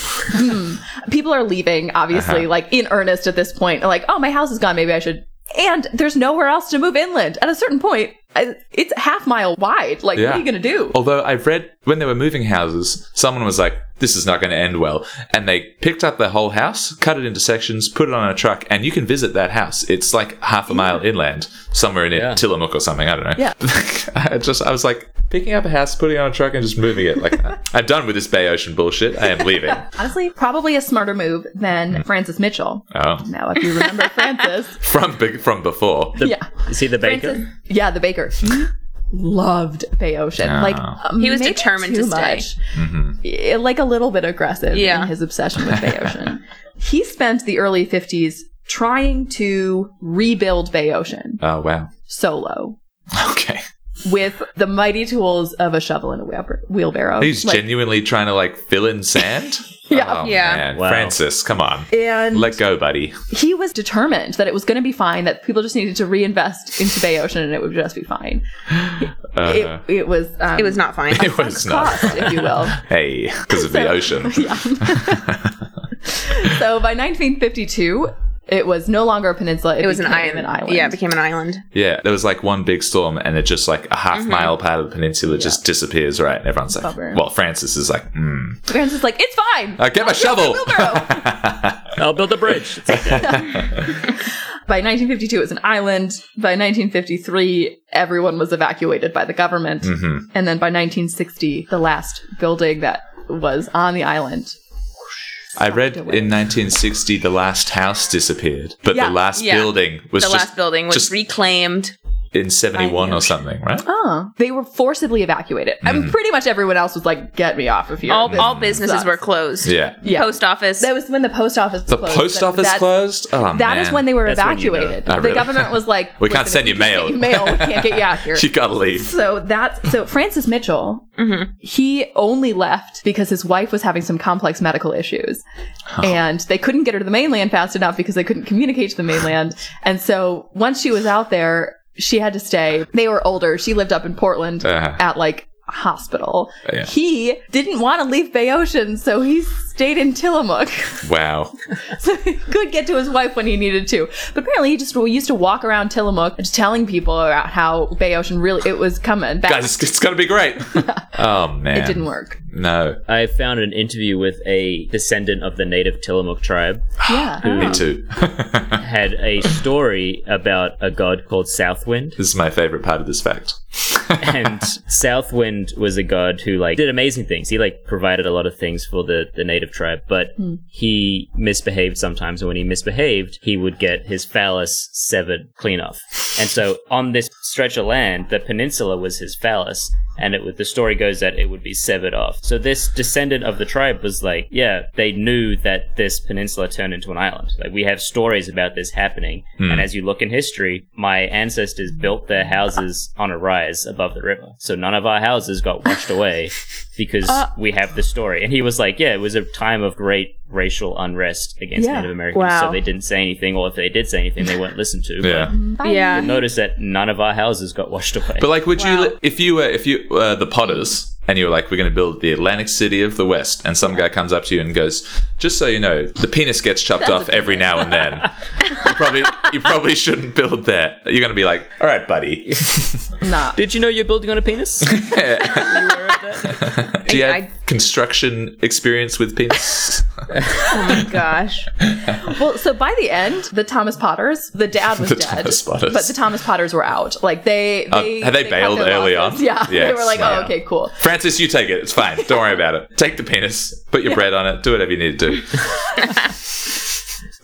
S5: People are leaving, obviously, like in earnest at this point. Like, oh, my house is gone. Maybe I should. And there's nowhere else to move inland. At a certain point, I- it's a half mile wide. Like,
S2: Yeah. Oh.
S5: what are you going to do?
S2: Although I read when they were moving houses, someone was like, "This is not going to end well," and they picked up their whole house, cut it into sections, put it on a truck, and you can visit that house. It's like half a mile inland, somewhere in it,
S3: Yeah.
S2: Tillamook or something. I don't know.
S5: Yeah.
S2: I just I was like picking up a house, putting it on a truck, and just moving it. Like I'm done with this Bay Ocean bullshit. I am leaving.
S5: Honestly, probably a smarter move than Francis Mitchell.
S2: oh,
S5: Now, if you remember Francis,
S2: from be- from before.
S5: yeah,
S3: Is he the baker?
S5: Francis, yeah, the baker. He loved Bay Ocean. Like um,
S4: He was
S5: maybe
S4: determined
S5: too
S4: to stay.
S5: much. Eh, Like a little bit aggressive
S4: Yeah.
S5: in his obsession with Bay Ocean. he spent the early fifties trying to rebuild Bay Ocean
S2: Oh wow.
S5: solo
S2: Okay.
S5: with the mighty tools of a shovel and a wheel- wheelbarrow.
S2: He's
S5: Like,
S2: genuinely trying to like fill in sand.
S5: Yeah.
S2: Oh,
S4: Yeah.
S2: man.
S3: Wow.
S2: Francis, come on.
S5: and
S2: Let go, buddy.
S5: he was determined that it was going to be fine, that people just needed to reinvest into Bay Ocean and it would just be fine.
S2: Uh,
S5: it, it was um,
S4: It was not fine.
S2: it was not.
S5: cost, if you will.
S2: Hey, because of the
S5: So-
S2: ocean.
S5: So by 1952, it was no longer a peninsula. It,
S4: It was an
S5: became
S4: island.
S5: An island.
S4: Yeah, it became an island.
S2: Yeah, there was like one big storm, and it just like a
S5: Mm-hmm.
S2: half mile part of the peninsula just disappears, right? And everyone's like,
S5: Bummer.
S2: well, Francis is like, hmm.
S5: Francis is like, it's fine.
S2: Uh, get my shovel!
S5: Wheelbarrow.
S3: I'll build a bridge. It's like that.
S5: by 1952, it was an island. By 1953, everyone was evacuated by the government.
S2: Mm-hmm.
S5: And then by 1960, the last building that was on the island.
S2: I read in 1960 the last house disappeared, but
S5: Yeah,
S2: the last
S4: yeah.
S2: building was
S4: The
S2: just
S4: last building was
S2: just
S4: reclaimed.
S2: in 71
S4: by the
S2: or something, right?
S5: Oh, they were forcibly evacuated. I
S2: Mm-hmm.
S5: mean, pretty much everyone else was like, get me off of here.
S4: All
S5: This
S4: all businesses
S5: sucks.
S4: were closed.
S2: Yeah.
S5: Yeah.
S4: Post office.
S5: That was when the post office
S2: The
S5: closed.
S2: post
S5: That-
S2: office
S5: that-
S2: closed? Oh,
S5: That is when they were
S3: That's when you know.
S5: evacuated.
S2: Oh,
S5: the
S2: really?
S5: government was like,
S2: We can't
S5: "Listen,
S2: send you
S5: if
S2: mail."
S5: we can't get you mail. We can't get you out here.
S2: You gotta leave.
S5: so that's so Francis Mitchell.
S2: Mm-hmm.
S5: He only left because his wife was having some complex medical issues, and they couldn't get her to the mainland fast enough because they couldn't communicate to the mainland. and so once she was out there, she had to stay. They were older. She lived up in Portland
S2: Uh-huh.
S5: at like hospital.
S2: Yeah.
S5: He didn't want to leave Bayosian, so he stayed in Tillamook.
S2: Wow.
S5: so he could get to his wife when he needed to. But apparently, he just used to walk around Tillamook just telling people about how Bayosian really it was coming. Back.
S2: Guys, it's, it's going to be great. oh, man.
S5: it didn't work.
S2: No.
S3: I found an interview with a descendant of the native Tillamook tribe
S5: Yeah.
S2: Me too.
S3: had a story about a god called Southwind.
S2: this is my favorite part of this fact.
S3: and Southwind was a god who like did amazing things. He like provided a lot of things for the, the native tribe, but he misbehaved sometimes. And when he misbehaved, he would get his phallus severed clean off. And so on this stretch of land, the peninsula was his phallus. And it would, the story goes that it would be severed off. So this descendant of the tribe was like, yeah, they knew that this peninsula turned into an island. Like we have stories about this happening.
S2: Hmm.
S3: And as you look in history, my ancestors built their houses on a rise above the river. So none of our houses got washed away because we have this story. And he was like, yeah, it was a time of great racial unrest against
S5: Yeah.
S3: Native Americans. So
S4: Wow.
S3: they didn't say anything, or if they did say anything, they weren't listened to.
S2: Yeah.
S5: Oh,
S4: Yeah.
S3: But notice that none of our houses got washed away.
S2: But like, would you li- if you were if you were the Potters and you were like, we're going to build the Atlantic City of the West, and some guy comes up to you and goes, just so you know, the penis gets chopped off every now and then. you probably you probably shouldn't build there. You're going to be like, all right, buddy.
S5: Nah.
S3: did you know you're building on a penis?
S2: Do you have
S4: I-
S2: construction experience with penis?
S4: Oh my gosh.
S5: Well, so by the end, the Thomas Potters, the dad was
S2: The
S5: dead,
S2: Thomas Potters.
S5: but the Thomas Potters were out. Like they,
S2: Oh,
S5: they
S2: had they
S5: cut
S2: bailed
S5: their
S2: early
S5: losses.
S2: on?
S5: Yeah,
S2: Yeah,
S5: they were like,
S2: yeah.
S5: oh, okay, cool.
S2: Francis, you take it. It's fine. Don't worry about it. Take the penis. Put your bread on it. Do whatever you need to do.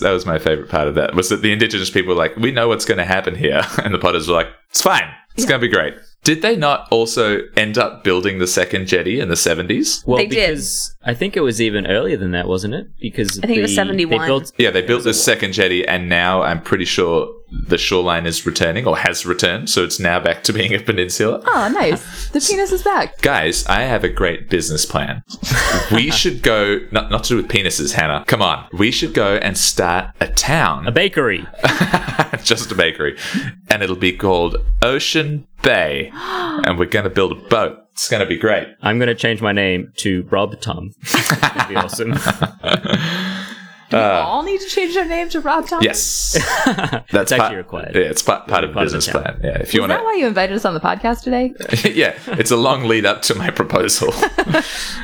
S2: that was my favorite part of that. Was that the indigenous people were like, we know what's going to happen here, and the Potters were like, it's fine. It's going to be great. Did they not also end up building the second jetty in the seventies?
S3: Well,
S4: They did.
S3: because I think it was even earlier than that, wasn't it? Because
S4: I think it was
S3: the-
S4: 71.
S3: They built
S2: Yeah, they built this second jetty, and now I'm pretty sure the shoreline is returning or has returned, so it's now back to being a peninsula.
S5: Oh, nice. The penis is back.
S2: Guys, I have a great business plan. We should go, not, not to do with penises, Hannah. Come on. We should go and start a town,
S3: a bakery.
S2: just a bakery, and it'll be called Ocean Bay. And we're going to build a boat. It's going to be great.
S3: I'm going to change my name to Rob Tom. That'd be awesome.
S5: Do we all need to change their name to Rob Thomas.
S2: Uh, Yes. That's
S3: actually
S2: part-
S3: required.
S2: Yeah, it's part, part of the
S3: Part of the
S2: business
S3: town.
S2: plan. Yeah, if you
S5: Is
S2: want
S5: that
S2: to.
S5: why you invited us on the podcast today?
S2: yeah, it's a long lead up to my proposal.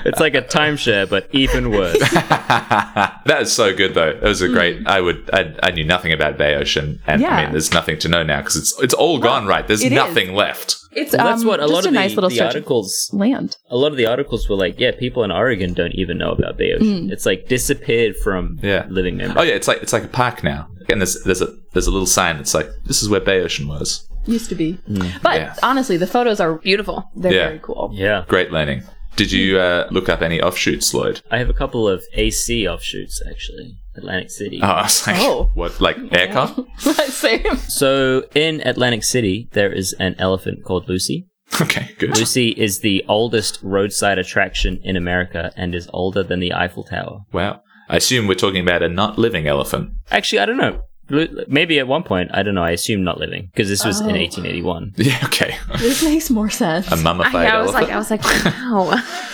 S3: It's like a timeshare, but even worse.
S2: That is so good though. It was a great. I would. I, I knew nothing about Bay Ocean, and I
S5: Yeah.
S2: mean, there's nothing to know now because it's it's all gone. Right, there's
S5: it is.
S2: nothing left.
S5: It's
S3: Well, that's
S5: um,
S3: what a
S5: just
S3: lot
S5: a
S3: of
S5: nice
S3: the,
S5: little
S3: the
S5: stretch
S3: articles.
S5: of land.
S3: A lot of the articles were like, yeah, people in Oregon don't even know about Bay Ocean. It's like disappeared from
S2: Yeah.
S3: living memory.
S2: Oh yeah, it's like it's like a park now, and there's there's a there's a little sign that's like this is where Bay Ocean was.
S5: Used to be, but
S2: Mm, Yeah.
S5: honestly, the photos are beautiful. They're
S2: Yeah.
S5: very cool.
S3: Yeah.
S2: Great learning. Did you uh, look up any offshoots, Lloyd?
S3: I have a couple of AC offshoots, actually. Atlantic City.
S2: Oh, I was like,
S5: Oh.
S2: what? Like aircon?
S5: Same.
S3: So in Atlantic City, there is an elephant called Lucy.
S2: okay, good.
S3: Lucy is the oldest roadside attraction in America and is older than the Eiffel Tower.
S2: Wow. I assume we're talking about a not living elephant.
S3: Actually, I don't know. Lu- Maybe at one point, I don't know. I assume not living because this was in 1881.
S2: Yeah. Okay.
S5: This makes more sense.
S2: a mummified
S4: I, I was
S2: elephant.
S4: like, I was like, "Oh."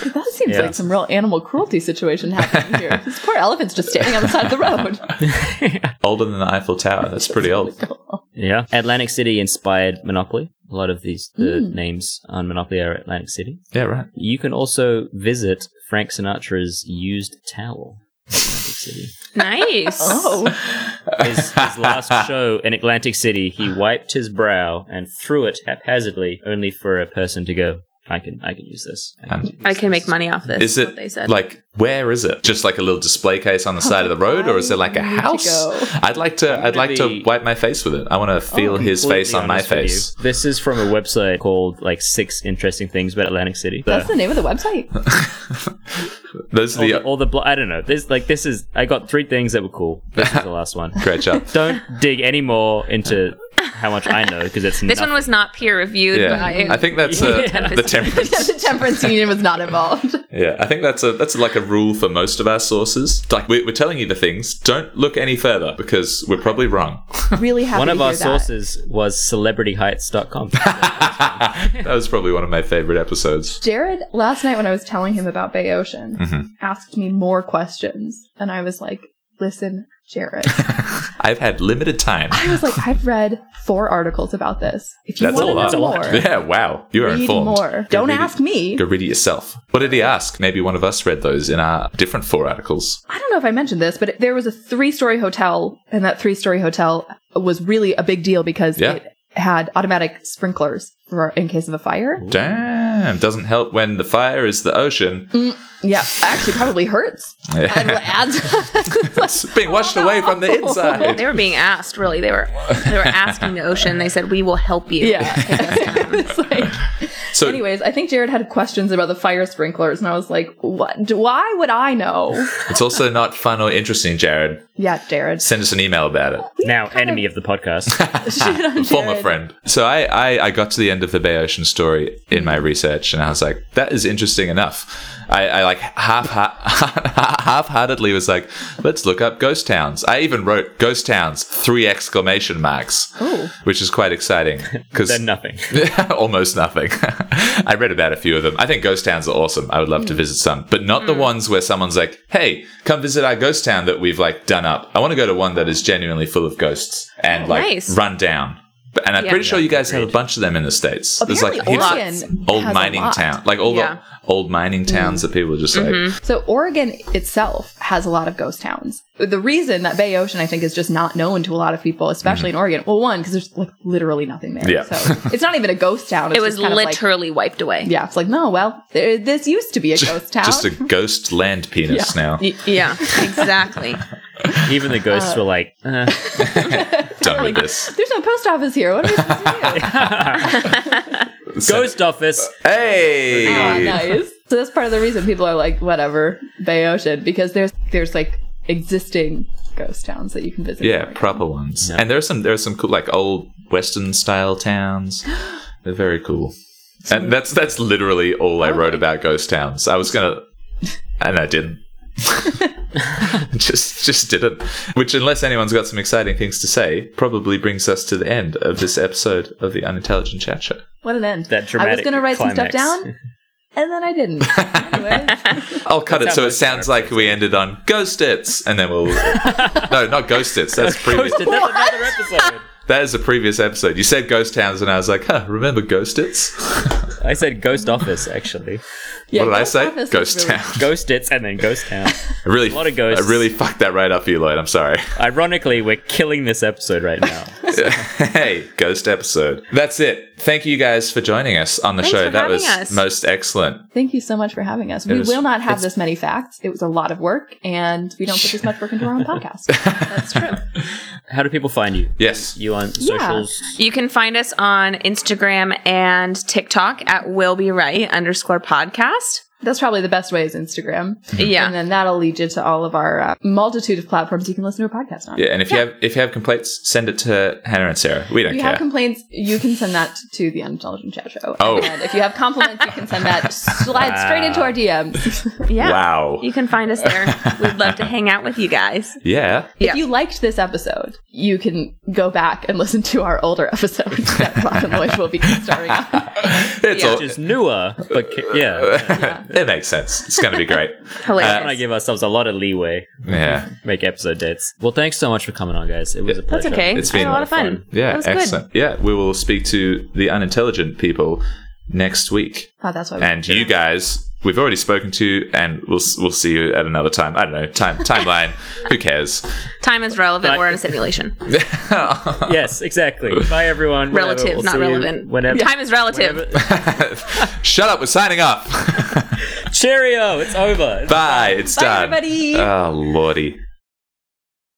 S4: wow.
S5: that seems
S3: Yeah.
S5: like some real animal cruelty situation happening here. this poor elephant's just standing on the side of the road.
S2: Older than the Eiffel Tower. That's pretty old.
S3: Yeah, Atlantic City inspired Monopoly. A lot of these the names on Monopoly are Atlantic City.
S2: Yeah. Right.
S3: You can also visit Frank Sinatra's used towel. in Atlantic City.
S4: Nice.
S5: Oh,
S3: His, his last show in Atlantic City, he wiped his brow and threw it haphazardly, only for a person to go. I can, I can use this. I can
S2: Um,
S3: use
S4: I
S3: this."
S4: can make money off this.
S2: Is
S4: is
S2: it
S4: what they said.
S2: like where is it? Just like a little display case on the side of the road, or is there like a
S5: I need to
S2: house?
S5: go.
S2: I'd like to. I'd like to
S3: be-
S2: wipe my face with it. I want to feel his
S3: completely
S2: face on my
S3: honest with
S2: face.
S3: you. This is from a website called like six interesting things about Atlantic City.
S5: that's
S3: The-
S5: the name of the website.
S2: Those are the
S3: all the, all the blo- I don't know. This like this is I got three things that were cool. This is the last one.
S2: great job.
S3: Don't dig any more into how much I know because it's
S4: This one
S3: nothing.
S4: was not peer reviewed
S2: Yeah,
S4: by
S2: I think that's uh,
S3: Yeah.
S2: the temperance.
S5: Yeah, the temperance union was not involved.
S2: Yeah, I think that's a that's like a rule for most of our sources. Like we're, we're telling you the things. Don't look any further because we're probably wrong.
S5: Really happy
S3: One
S5: to
S3: of
S5: hear
S3: our
S5: that.
S3: sources was celebrityheights.com.
S2: that was probably one of my favorite episodes.
S5: Jared, last night when I was telling him about Bay Ocean,
S2: Mhm.
S5: asked me more questions. And I was like, listen, Jared.
S2: I've had limited time.
S5: I was like, I've read four articles about this. If you
S2: That's a
S5: want
S2: lot.
S5: to know more,
S2: Yeah, wow. You are
S5: read
S2: informed.
S5: more.
S2: Go
S5: Don't
S2: read it-
S5: ask me.
S2: Go read it yourself. What did he ask? Maybe one of us read those in our different four articles.
S5: I don't know if I mentioned this, but it, there was a three story hotel, and that three story hotel was really a big deal because
S2: Yeah.
S5: it had automatic sprinklers for in case of a fire.
S2: Damn, doesn't help when the fire is the ocean.
S5: Yeah, actually, probably hurts. And adds-
S2: It's being washed away from the inside.
S4: they were being asked really they were they were asking the ocean they said we will help you
S5: yeah, it's like.
S2: So
S5: Anyways, I think Jared had questions about the fire sprinklers, and I was like, "What? do- Why would I know?"
S2: it's also not fun or interesting, Jared.
S5: Yeah, Jared.
S2: Send us an email about it.
S3: now enemy of the podcast.
S5: Shit on
S2: Former
S5: Jared.
S2: friend. So I, I, I got to the end of the Bay Ocean story in my research, and I was like, that is interesting enough. I, I like half half heartedly was like, let's look up ghost towns. I even wrote ghost towns three exclamation marks,
S5: Ooh.
S2: which is quite exciting because
S3: Then nothing.
S2: almost nothing. I read about a few of them. I think ghost towns are awesome. I would love
S5: Mm.
S2: to visit some, but not the ones where someone's like, "Hey, come visit our ghost town that we've like done up." I want to go to one that is genuinely full of ghosts
S5: Oh,
S2: and like
S4: Nice.
S2: run down. But- And I'm
S4: Yeah.
S2: pretty sure you guys have a bunch of them in the states. There's like
S5: Apparently
S2: heaps of
S5: Oregon
S2: old
S5: has a
S2: mining
S5: lot. Mm.
S2: town, like all
S4: Yeah.
S2: the old mining towns that people are just like.
S5: So Oregon itself has a lot of ghost towns. The reason that Bay Ocean, I think, is just not known to a lot of people, especially in Oregon. Well, one, because there's like literally nothing there.
S2: Mm-hmm. Yeah.
S5: So it's not even a ghost town. It's
S4: it was
S5: just kind of like-
S4: literally wiped away
S5: yeah. It's like no, well, there, this used to be a ghost town.
S2: Just a ghost land penis now.
S5: Y-
S4: yeah exactly
S3: Even the ghosts were like, eh.
S2: Done with this.
S5: There's no post office here. What are we supposed to do?
S3: ghost office.
S2: Hey,
S5: Ah, nice. So that's part of the reason people are like, whatever, Bay Ocean, because there's there's like existing ghost towns that you can visit. in
S2: Yeah,
S5: Oregon.
S2: proper ones. And there are some there are some cool like old western style towns. They're very cool. And that's that's literally all I wrote about ghost towns. I was gonna and I didn't. just just didn't. Which unless anyone's got some exciting things to say, probably brings us to the end of this episode of the Unintelligent Chat Show.
S5: What an end.
S3: That
S5: I was
S3: dramatic
S5: going to write some stuff
S3: climax.
S5: down, and then I didn't. anyway.
S2: I'll cut it
S3: That
S2: so it
S3: sounds
S2: sounds like we ended on ghost its and then we'll No, not ghost its. That's previous.
S3: Ghosted. That's another episode.
S2: That is a previous episode. You said ghost towns and I was like, huh, remember ghost its?
S3: I said ghost office actually.
S2: what
S5: Yeah,
S2: did I
S5: ghost
S2: say?
S5: office
S2: Ghost
S5: was really-
S2: town.
S3: Ghost it's and then ghost town.
S2: I really,
S3: lot of ghosts.
S2: I really fucked that right up for you, Lloyd. I'm sorry.
S3: Ironically, we're killing this episode right now.
S2: hey, ghost episode. That's it. Thank you guys for joining us on the
S4: Thanks
S2: show.
S4: for
S2: that
S4: having
S2: was
S4: us.
S2: most excellent.
S5: Thank you so much for having us. We
S2: was-
S5: will not have
S2: it's-
S5: this many facts. It was a lot of work, and we don't put this much work into our own podcast.
S4: that's true
S3: How do people find you?
S2: Yes.
S3: You on socials?
S4: You can find us on Instagram and TikTok at will be right underscore podcast.
S5: That's probably the best way is Instagram.
S4: Mm-hmm. Yeah.
S5: And then that'll lead you to all of our uh, multitude of platforms you can listen to a podcast on.
S2: Yeah, and if you have if you have complaints, send it to Hannah and Sarah. We don't
S5: If you
S2: care.
S5: have complaints, you can send that to the Unintelligent Chat Show.
S2: Oh.
S5: And if you have compliments, you can send that slide straight into our DMs.
S4: Yeah.
S2: Wow.
S4: You can find us there. We'd love to hang out with you guys.
S2: yeah.
S4: Yeah.
S5: If you liked this episode, you can go back and listen to our older episodes that Black and Lloyd will be starring on.
S2: It's
S4: Yeah.
S2: all,
S3: Which is newer, but ca- yeah.
S2: it makes sense. It's going to be great.
S3: Trying to
S4: Hilarious.
S3: give ourselves a lot of leeway.
S2: yeah.
S3: Make episode dates. Well, thanks so much for coming on, guys. It was a pleasure.
S4: that's okay.
S2: It's
S4: I had
S2: been
S4: a lot of fun.
S2: Yeah.
S4: That was good.
S2: Excellent. Yeah. We will speak to the unintelligent people next week.
S5: Oh, that's why we
S2: and you guys we've already spoken to and we'll we'll see you at another time i don't know time timeline who cares
S4: Time is relevant.
S3: But-
S4: We're in a simulation.
S3: Yes, exactly. Bye, everyone. Whatever.
S4: Relative,
S3: We'll
S4: not
S3: see you
S4: relevant.
S3: Whenever.
S4: Time is relative.
S2: shut up we're signing off
S3: Cheerio. It's over. It's
S2: bye it's done
S5: everybody.
S2: oh lordy